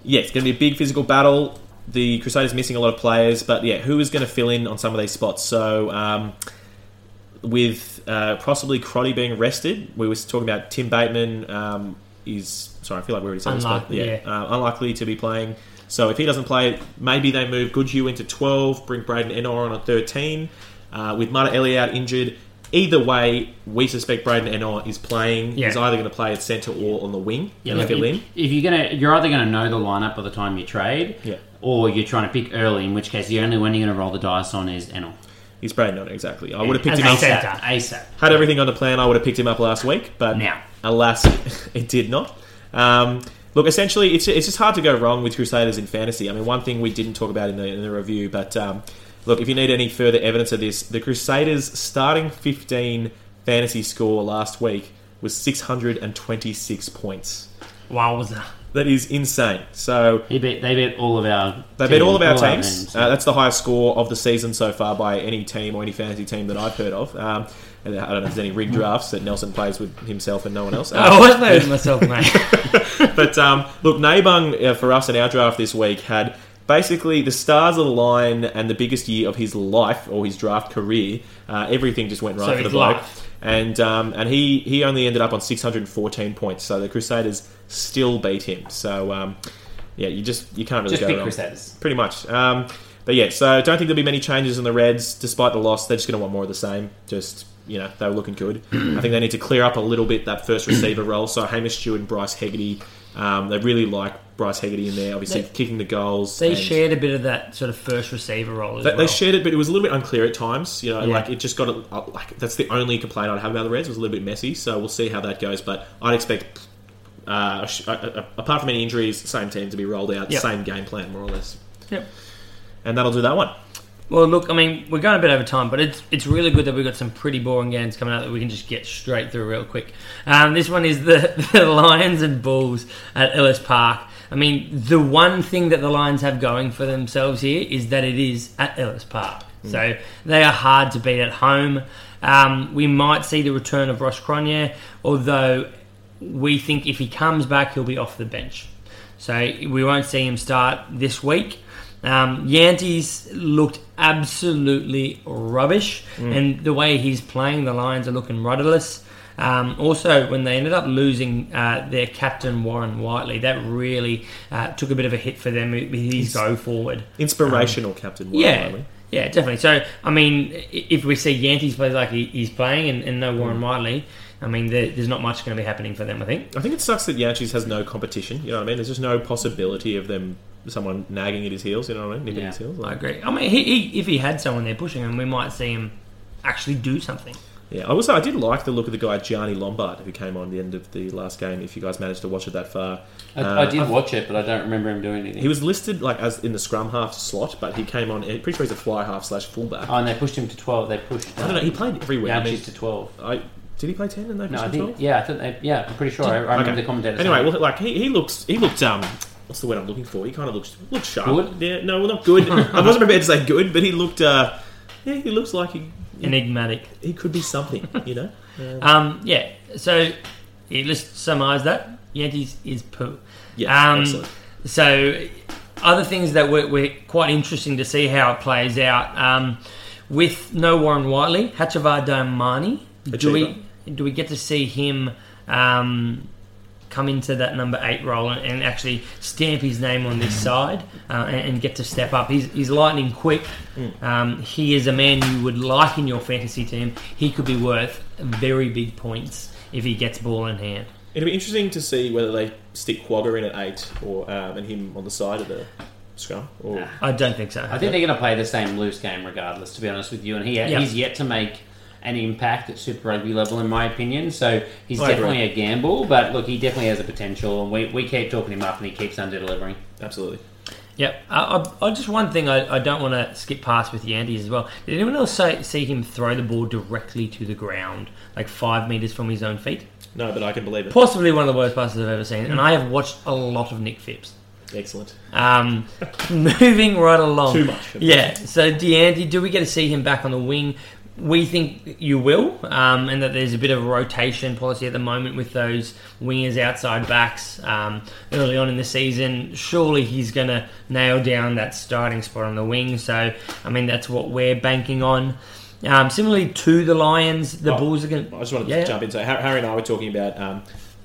yeah, it's going to be a big physical battle. The Crusaders missing a lot of players, but yeah, who is going to fill in on some of these spots? So, um, with uh, possibly Crotty being rested, we were talking about Tim Bateman um, is sorry, I feel like we already said Unlikely, this, but yeah, uh, unlikely to be playing. So if he doesn't play, maybe they move Goodhue into twelve, bring Braden Enor on at thirteen, uh, with Mata Elliott injured. Either way, we suspect Braden Enor is playing. He's Yeah. either going to play at centre or on the wing. Yeah, and look, fill if, in. if you're gonna, you're either gonna know the lineup by the time you trade, Yeah. or you're trying to pick early. In which case, the only one you're gonna roll the dice on is Enel. He's Braden Enor exactly. I would have picked as him I up. said, ASAP. Centre. ASAP. Had everything on the plan, I would have picked him up last week, but Now. alas, it did not. Um, look, essentially, it's, it's just hard to go wrong with Crusaders in fantasy. I mean, one thing we didn't talk about in the, in the review, but um, Look, if you need any further evidence of this, the Crusaders' starting 15 fantasy score last week was 626 points. Wow, was that? That is insane. So He beat, they beat all of our. they beat all of our teams. Uh, that's the highest score of the season so far by any team or any fantasy team that I've heard of. Um, and I don't know if there's any rig drafts that Nelson plays with himself and no one else. I Uh, was loading myself, mate. but um, look, Nabung uh, for us in our draft this week had basically the stars of the line and the biggest year of his life or his draft career. Uh, everything just went right So for the his bloke. life. And um, and he, he only ended up on 614 points, so the Crusaders still beat him. So um, yeah, you just you can't really Just go pick wrong. Crusaders. pretty much. Um, but yeah, so I don't think there'll be many changes in the Reds despite the loss. They're just going to want more of the same. Just you know, they were looking good. I think they need to clear up a little bit that first receiver role. So Hamish Stewart and Bryce Hegarty, um, they really like Bryce Hegarty in there. Obviously, They- kicking the goals. They and- shared a bit of that sort of first receiver role as They, well. they shared it, but it was a little bit unclear at times. You know, Yeah. like it just got a, like that's the only complaint I'd have about the Reds was a little bit messy. So we'll see how that goes. But I'd expect, uh, sh- uh, uh, apart from any injuries, same team to be rolled out, Yep. same game plan more or less. Yep. And that'll do that one. Well, look, I mean, we're going a bit over time, but it's it's really good that we've got some pretty boring games coming up that we can just get straight through real quick. Um, this one is the, the Lions and Bulls at Ellis Park. I mean, the one thing that the Lions have going for themselves here is that it is at Ellis Park. So they are hard to beat at home. Um, we might see the return of Ross Cronje, although we think if he comes back, he'll be off the bench. So we won't see him start this week. Um, Yantis looked absolutely rubbish, and the way he's playing, the Lions are looking rudderless. Um, also, when they ended up losing uh, their captain Warren Whiteley, that really uh, took a bit of a hit for them. with His go forward, Inspirational captain. Warren yeah, Whiteley. yeah, definitely. So, I mean, i- if we see Yantis play like he, he's playing, and, and no Warren Whiteley, I mean, there, there's not much going to be happening for them. I think. I think it sucks that Yanchis has no competition. You know what I mean? There's just no possibility of them someone nagging at his heels. You know what I mean? Nipping Yeah. at his heels. I Like, agree. I mean, he, he, if he had someone there pushing him, we might see him actually do something. yeah. I also I did like the look of the guy Gianni Lombard who came on the end of the last game. If you guys managed to watch it that far, I, Uh, I did watch it, but I don't remember him doing anything. He was listed like as in the scrum half slot, but he came on. Pretty sure he's a fly half slash fullback. oh, and they pushed him to 12. They pushed. I don't know. He played everywhere. I Now mean, she's to 12. I, did he play ten and they No, pushed I him think. 12? Yeah, I think they, yeah, I'm pretty sure. I, I remember Okay. the commentator. Anyway, saying- well, like he, he looks he looked um what's the word I'm looking for? He kind of looks looked sharp. Good? Yeah, no, well, not good. I wasn't prepared to say good, but he looked uh yeah he looks like he Enigmatic. he could be something. You know. Um, yeah. So yeah, let's summarise that. Yankees is poo. Yeah. Um, excellent. So other things that were, were quite interesting to see how it plays out um, with no Warren Whiteley, Hachavar Domani. Do we do we get to see him? Um, come into that number eight role and, and actually stamp his name on this side uh, and, and get to step up. He's, he's lightning quick. Um, he is a man you would like in your fantasy team. He could be worth very big points if he gets ball in hand. It'll be interesting to see whether they stick Quagga in at eight or um, and him on the side of the scrum. Or I don't think so. I think they're going to play the same loose game regardless, to be honest with you. And he, Yeah. he's yet to make an impact at Super Rugby level, in my opinion. So he's I agree. definitely a gamble, but look, he definitely has a potential. And we, we keep talking him up and he keeps under delivering. absolutely. Yep. I, I, I just one thing I, I don't want to skip past with Yandy as well. Did anyone else say, see him throw the ball directly to the ground, like five meters from his own feet? No, but I can believe it. Possibly one of the worst passes I've ever seen, and I have watched a lot of Nick Phipps. Excellent. Um, moving right along. Too much. Yeah. So DeAndy, do we get to see him back on the wing? We think you will, um, and that there's a bit of a rotation policy at the moment with those wingers outside backs um, early on in the season. Surely he's going to nail down that starting spot on the wing. So, I mean, that's what we're banking on. Um, similarly to the Lions, the Oh, Bulls are going I just wanted Yeah. to jump in. So Har- Harry and I were talking about um,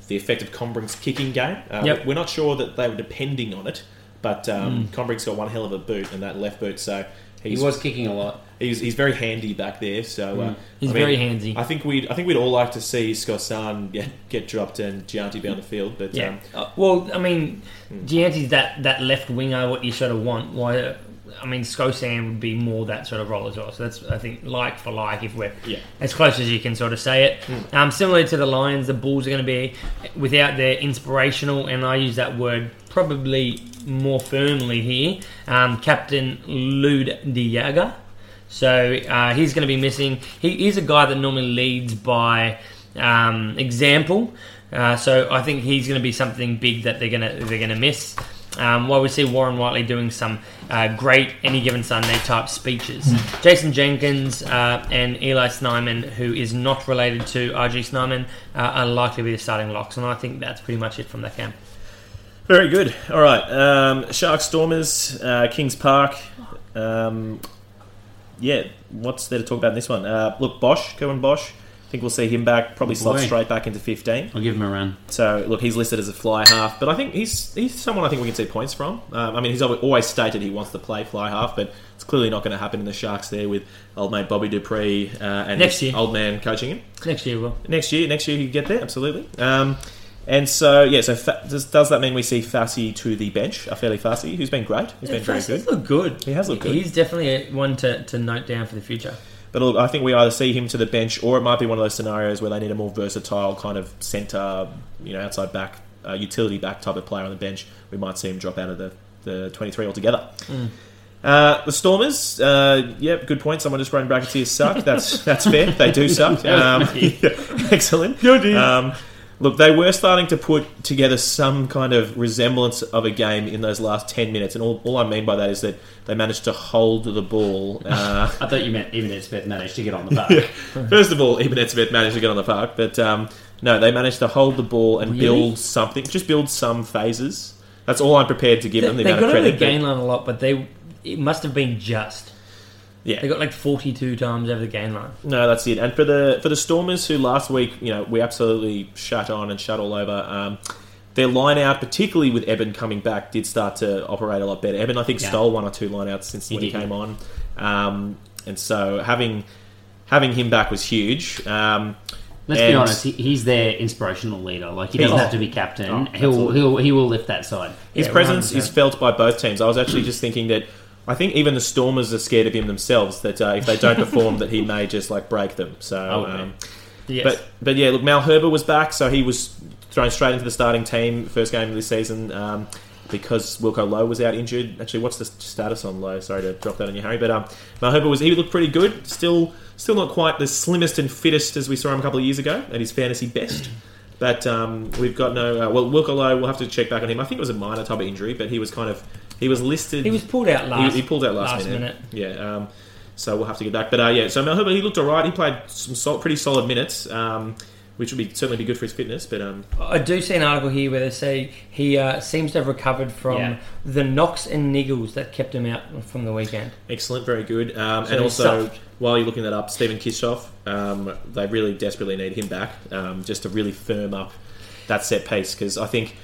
the effect of Combrink's kicking game. Uh, Yep. Hmm. We're not sure that they were depending on it, but um, Combrink's got one hell of a boot and that left boot. So He he's was kicking a lot. he's, he's very handy back there. So uh, Hmm. He's I very handsy. I think we I think we'd all like to see Scosan get, get dropped and Gianti be on the field, but Yeah. um, Hmm. Uh, well, I mean, Gianti's that, that left winger, what you sort of want. Why? I mean, Skosan would be more that sort of role as well. So that's, I think, like for like, if we're Yeah. Hmm. as close as you can sort of say it. Um, similarly to the Lions, the Bulls are going to be without their inspirational, and I use that word probably more firmly here, um, Captain Lud Diaga. So uh, he's going to be missing. He is a guy that normally leads by um, example. Uh, so I think he's going to be something big that they're going to they're going to miss. Um, while we see Warren Whiteley doing some uh, great any given Sunday type speeches, Hmm. Jason Jenkins uh, and Eli Snyman, who is not related to RG Snyman, uh, are likely to be the starting locks, and I think that's pretty much it from that camp. Very good. All right. Um, Shark Stormers, uh, Kings Park. Um, yeah, what's there to talk about in this one? Uh, look, Bosch, Kevin Bosch. I think we'll see him back. Oh, Probably slot boy. straight back into 15. I'll give him a run. So look, he's listed as a fly half, but I think he's he's someone I think we can see points from. Um, I mean, he's al- always stated he wants to play fly half, but it's clearly not going to happen in the Sharks there with old mate Bobby Dupree uh, and Next his year. old man coaching him Next year, will. next year. Next year you get there, absolutely. Um, and so yeah, so fa- does, does that mean we see Fassi to the bench? Afeli Fassi, who's been great, who's been very good. look good. He has looked good. He's definitely a- one to, to note down for the future. But look, I think we either see him to the bench, or it might be one of those scenarios where they need a more versatile kind of centre, you know, outside back, uh, utility back type of player on the bench. We might see him drop out of the, the 23 altogether. Uh, the Stormers, uh, yep, good point. Someone just wrote in brackets here suck. That's that's fair. They do suck. Um, excellent. Um, look, they were starting to put together some kind of resemblance of a game in those last 10 minutes. And all, all I mean by that is that they managed to hold the ball. Uh, I thought you meant even if Smith managed to get on the park. First of all, Eben Smith managed to get on the park, but um, no, they managed to hold the ball and Really? build something. Just build some phases. That's all I'm prepared to give They, them. The they amount got of over the credit. that- gain line a lot, but they it must have been just. yeah. They got like 42 times over the gain line. No, that's it. And for the for the Stormers, who last week, you know, we absolutely shut on and shut all over. Um, their line out, particularly with Eben coming back, did start to operate a lot better. Eben, I think, Yeah. stole one or two line outs since when he did. came on, um, and so having having him back was huge. Um, Let's be And- honest, he, he's their inspirational leader. Like he doesn't He's- have to be captain. Oh, he'll absolutely. he'll he will lift that side. His Yeah, presence 100%. is felt by both teams. I was actually just thinking that I think even the Stormers are scared of him themselves. That uh, if they don't perform, that he may just like break them. So, would be. um, Yes. but but yeah, look, Mal Herber was back, so he was thrown straight into the starting team first game of this season um, because Wilco Lowe was out injured. Actually, what's the status on Lowe? Sorry to drop that on you, Harry, but um, Mal Herber was he looked pretty good. Still still not quite the slimmest and fittest as we saw him a couple of years ago at his fantasy best. But um, we've got no. Uh, well, Wilco Lowe, we'll have to check back on him. I think it was a minor type of injury, but he was kind of he was listed. he was pulled out He- last. He, pulled out last, last minute. Yeah. Um, so we'll have to get back. But uh, yeah, so Mel Herbert, he looked all right. He played some sol- pretty solid minutes, um, which would be certainly be good for his fitness. But um, I do see an article here where they say he uh, seems to have recovered from Yeah. the knocks and niggles that kept him out from the weekend. excellent, very good. Um, So and he's also, stuffed. while you're looking that up, Stephen Kishoff, um, they really desperately need him back um, just to really firm up that set piece because I think.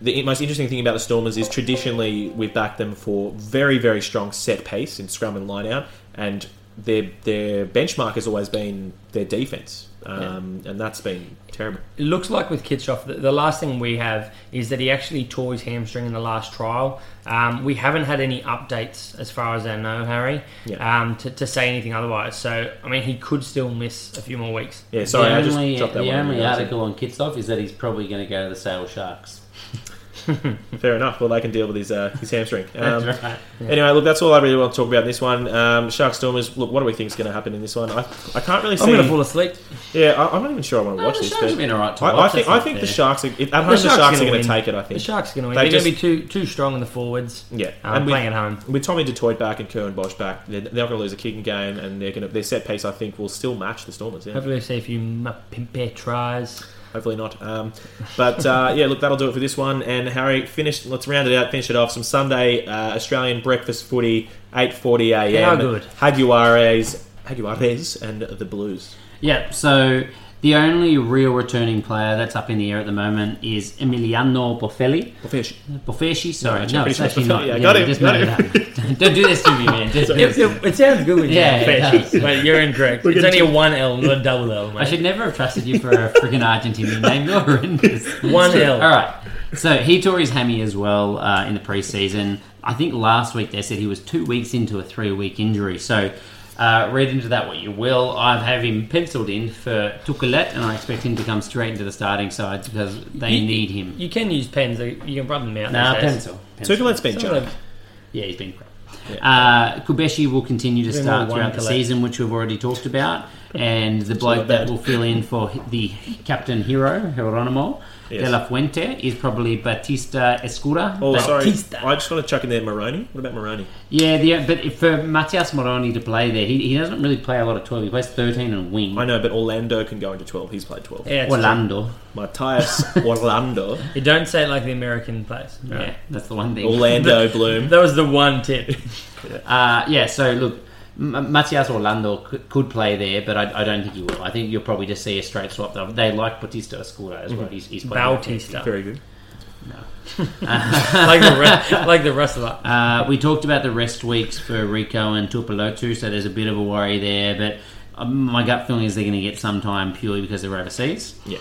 The most interesting thing about the Stormers is traditionally we've backed them for very, very strong set piece in scrum and line out, and their their benchmark has always been their defense, um, and that's been terrible. It looks like with Kitschoff, the, the last thing we have is that he actually tore his hamstring in the last trial. Um, we haven't had any updates, as far as I know, Harry, Yeah. um, to, to say anything otherwise. So, I mean, he could still miss a few more weeks. Yeah, sorry, the I just only, dropped that the one. only Yeah, article on Kitsoff is that he's probably going to go to the Sale Sharks. Fair enough. Well, they can deal with his uh, his hamstring. Um, That's right. Anyway, look, that's all I really want to talk about in this one. Um, Shark Stormers. Look, what do we think is going to happen in this one? I, I can't really see. I'm going to fall asleep. yeah, I, I'm not even sure I want to watch the this. Sharks but have been all right to I, I watch, think that's I not think the fair. Sharks are, at home. The Sharks, are going to win. take it. I think. The Sharks are going to win. They They're just- going to be too too strong in the forwards. yeah, um, and with, playing at home. with Tommy Detoit back and Kerwin Bosch back, they're, they're not going to lose a kicking game, and they're going to their set piece. I think will still match the Stormers. Yeah. Hopefully, we see a few Mapimpe tries. Hopefully not. Um, but uh, yeah, look, that'll do it for this one. And Harry, finish. Let's round it out. Finish it off. Some Sunday uh, Australian breakfast footy, eight forty a.m. How good. Haguares, Haguares, and the Blues. Yep. So the only real returning player that's up in the air at the moment is Emiliano Boffelli. Fish. Bofeshi, sorry, actually, no, pretty it's sure actually it's not. Boffelli. Yeah, got we him, just got made it up. Don't do this to me, man. Just do this. It, it- it sounds good when you Yeah, it confess, does. but you're incorrect. It's only a one L, not a double L, I mate. should never have trusted you for a freaking Argentinian name. You're horrendous. One L. All right. So he tore his hammy as well uh, in the preseason. I think last week they said he was two weeks into a three-week injury. So uh, read into that what you will. I have him penciled in for Tukulet, and I expect him to come straight into the starting side because they You- need him. You can use pens. You can rub them out. Nah, these days. pencil. pencil. Tukulet's been Some of junk. them- Yeah, he's been crap. Uh, Kubeshi will continue to Bit start more throughout the wanker. season, which we've already talked about, and the bloke not that bad. will fill in for the captain hero Geronimo Yes. De La Fuente is probably Batista Escura. Oh, sorry. Batista. I just want to chuck in there Maroney. What about Maroney? Yeah, the, but if- for Matias Moroni to play there, he, he doesn't really play a lot of 12. He plays 13 and wing. I know, but Orlando can go into 12. He's played 12. Yeah, it's- Orlando. Matthias Orlando. You don't say it like the American place. Yeah, that's the one thing. Orlando Bloom. That was the one tip. Uh, yeah, so look, M- Matias Orlando c- could play there, but I, I don't think he will. I think you'll probably just see a straight swap. Though. They like Batista Escura as well. He's, he's played Bautista. Very good. like, the re- like the wrestler. Uh, we talked about the rest weeks for Rico and Tupalotu, so there's a bit of a worry there, but um, my gut feeling is they're going to get some time purely because they're overseas. Yeah.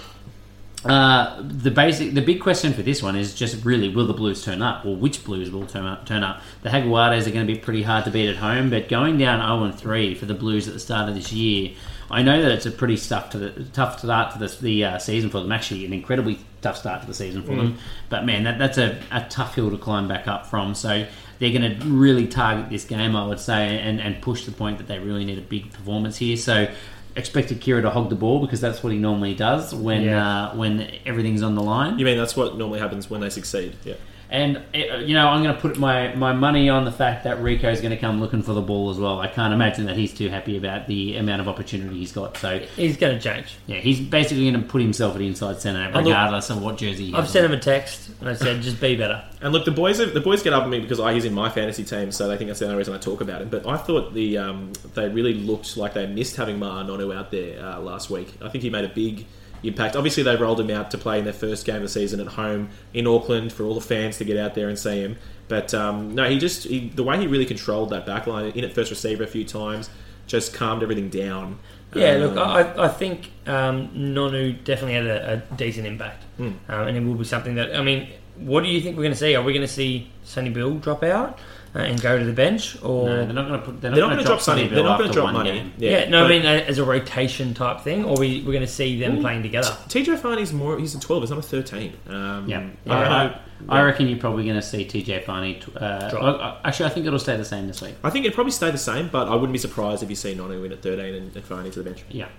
Uh, the basic, the big question for this one is just really will the Blues turn up, or which Blues will turn up? Turn up. The Jaguares are going to be pretty hard to beat at home, but going down zero and three for the Blues at the start of this year, I know that it's a pretty tough to the tough start to the, the uh, season for them. Actually, an incredibly tough start to the season for them. But man, that, that's a, a tough hill to climb back up from. So they're going to really target this game, I would say, and, and push the point that they really need a big performance here. So expected Kira to hog the ball because that's what he normally does when uh, when everything's on the line. You mean that's what normally happens when they succeed? Yeah. And uh, you know, I'm going to put my, my money on the fact that Rico's going to come looking for the ball as well. I can't imagine that he's too happy about the amount of opportunity he's got. So He's going to change. yeah, he's basically going to put himself at inside centre look- regardless of what jersey. He I've has sent on. him a text and I said, just be better. And look, the boys have, the boys get up at me because I, he's in my fantasy team, so I think that's the only reason I talk about him. But I thought the um, they really looked like they missed having Ma Nonu out there uh, last week. I think he made a big impact. Obviously, they rolled him out to play in their first game of the season at home in Auckland for all the fans to get out there and see him. But um, no, he just he, the way he really controlled that back line in at first receiver a few times, just calmed everything down. Yeah, Um, look, I, I think um, Nonu definitely had a, a decent impact. Um, and it will be something that, I mean, what do you think we're going to see? Are we going to see Sonny Bill drop out uh, and go to the bench? Or No, Uh, they're not going to put. They're not, they're not going to drop Sonny. Bill They're not going after to drop one money. game. Yeah, no, but- I mean, uh, as a rotation type thing, or we, we're going to see them playing together. TJ Farney's more. He's a twelve. He's not a thirteen. Um, I Yeah. don't I, know. I reckon you're probably going to see TJ Farney. tw- Uh, Drop. I- I- actually, I think it'll stay the same this week. I think it'd probably stay the same, but I wouldn't be surprised if you see Nonu in at thirteen and, and Farney to the bench. Yeah.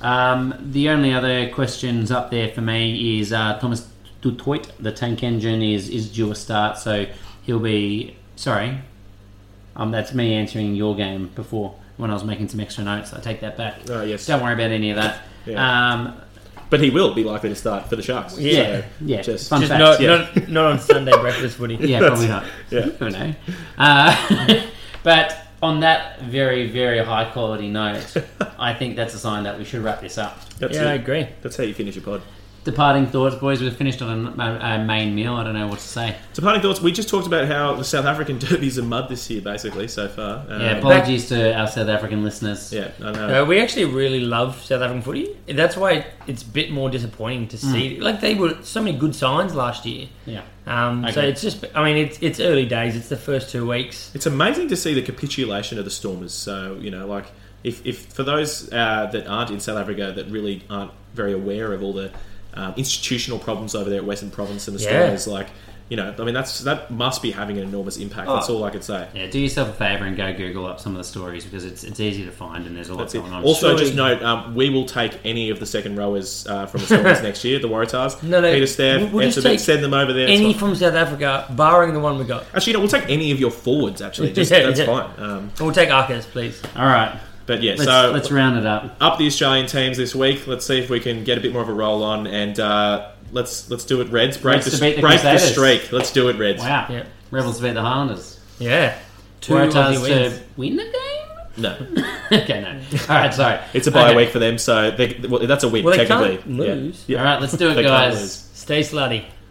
Um, the only other questions up there for me is uh, Thomas Dutoit, the tank engine, is is due a start, so he'll be. Sorry, um, that's me answering your game before when I was making some extra notes. I take that back. Oh, yes. Don't worry about any of that. Yeah. Um, But he will be likely to start for the Sharks. yeah, So, yeah. just- Fun Just fact. not, yeah. not, not on Sunday breakfast, would he? Yeah, probably not. yeah. You never know. Uh, but on that very, very high quality note, I think that's a sign that we should wrap this up. That's Yeah, I it. agree. That's how you finish your pod. Departing thoughts, boys. We've finished on a, a, a main meal. I don't know what to say. So, parting thoughts. We just talked about how the South African derbies are mud this year, basically so far. Um, Yeah, apologies to our South African listeners. yeah, I know. Uh, we actually really love South African footy. That's why it's a bit more disappointing to see. Like they were so many good signs last year. Yeah. Um, So Okay. it's just, I mean, it's it's early days. It's the first two weeks. It's amazing to see the capitulation of the Stormers. So you know, like if, if for those uh, that aren't in South Africa that really aren't very aware of all the um, institutional problems over there at Western Province and the Yeah. Stormers, like you know, I mean that's that must be having an enormous impact. That's Oh. all I could say. Yeah, do yourself a favour and go Google up some of the stories because it's it's easy to find and there's a lot That's it. going on. Also, Surely- just note um, we will take any of the second rowers uh, from the Stormers next year, the Waratahs, No, no, Peter Staff, we'll- we'll just Epsom, take send them over there. It's Any fine. from South Africa, barring the one we got. Actually, no, we'll take any of your forwards. Actually, just, Yeah, that's yeah. fine. Um, We'll take Arcus, please. All right, but yeah, let's, so let's round it up. up the Australian teams this week. Let's see if we can get a bit more of a roll on, and uh, let's let's do it, Reds. Break, Reds the, to beat the break the Crusaders. streak. Let's do it, Reds. Wow, Yeah. Rebels beat the Highlanders. Yeah. Two Waratahs Aussie wins. to win the game. No, okay, no. All right, sorry. it's a bye Okay. week for them, so they, well, that's a win Well, they technically. can't lose. Yeah. All right, let's do it, They can't guys. lose. Stay slutty.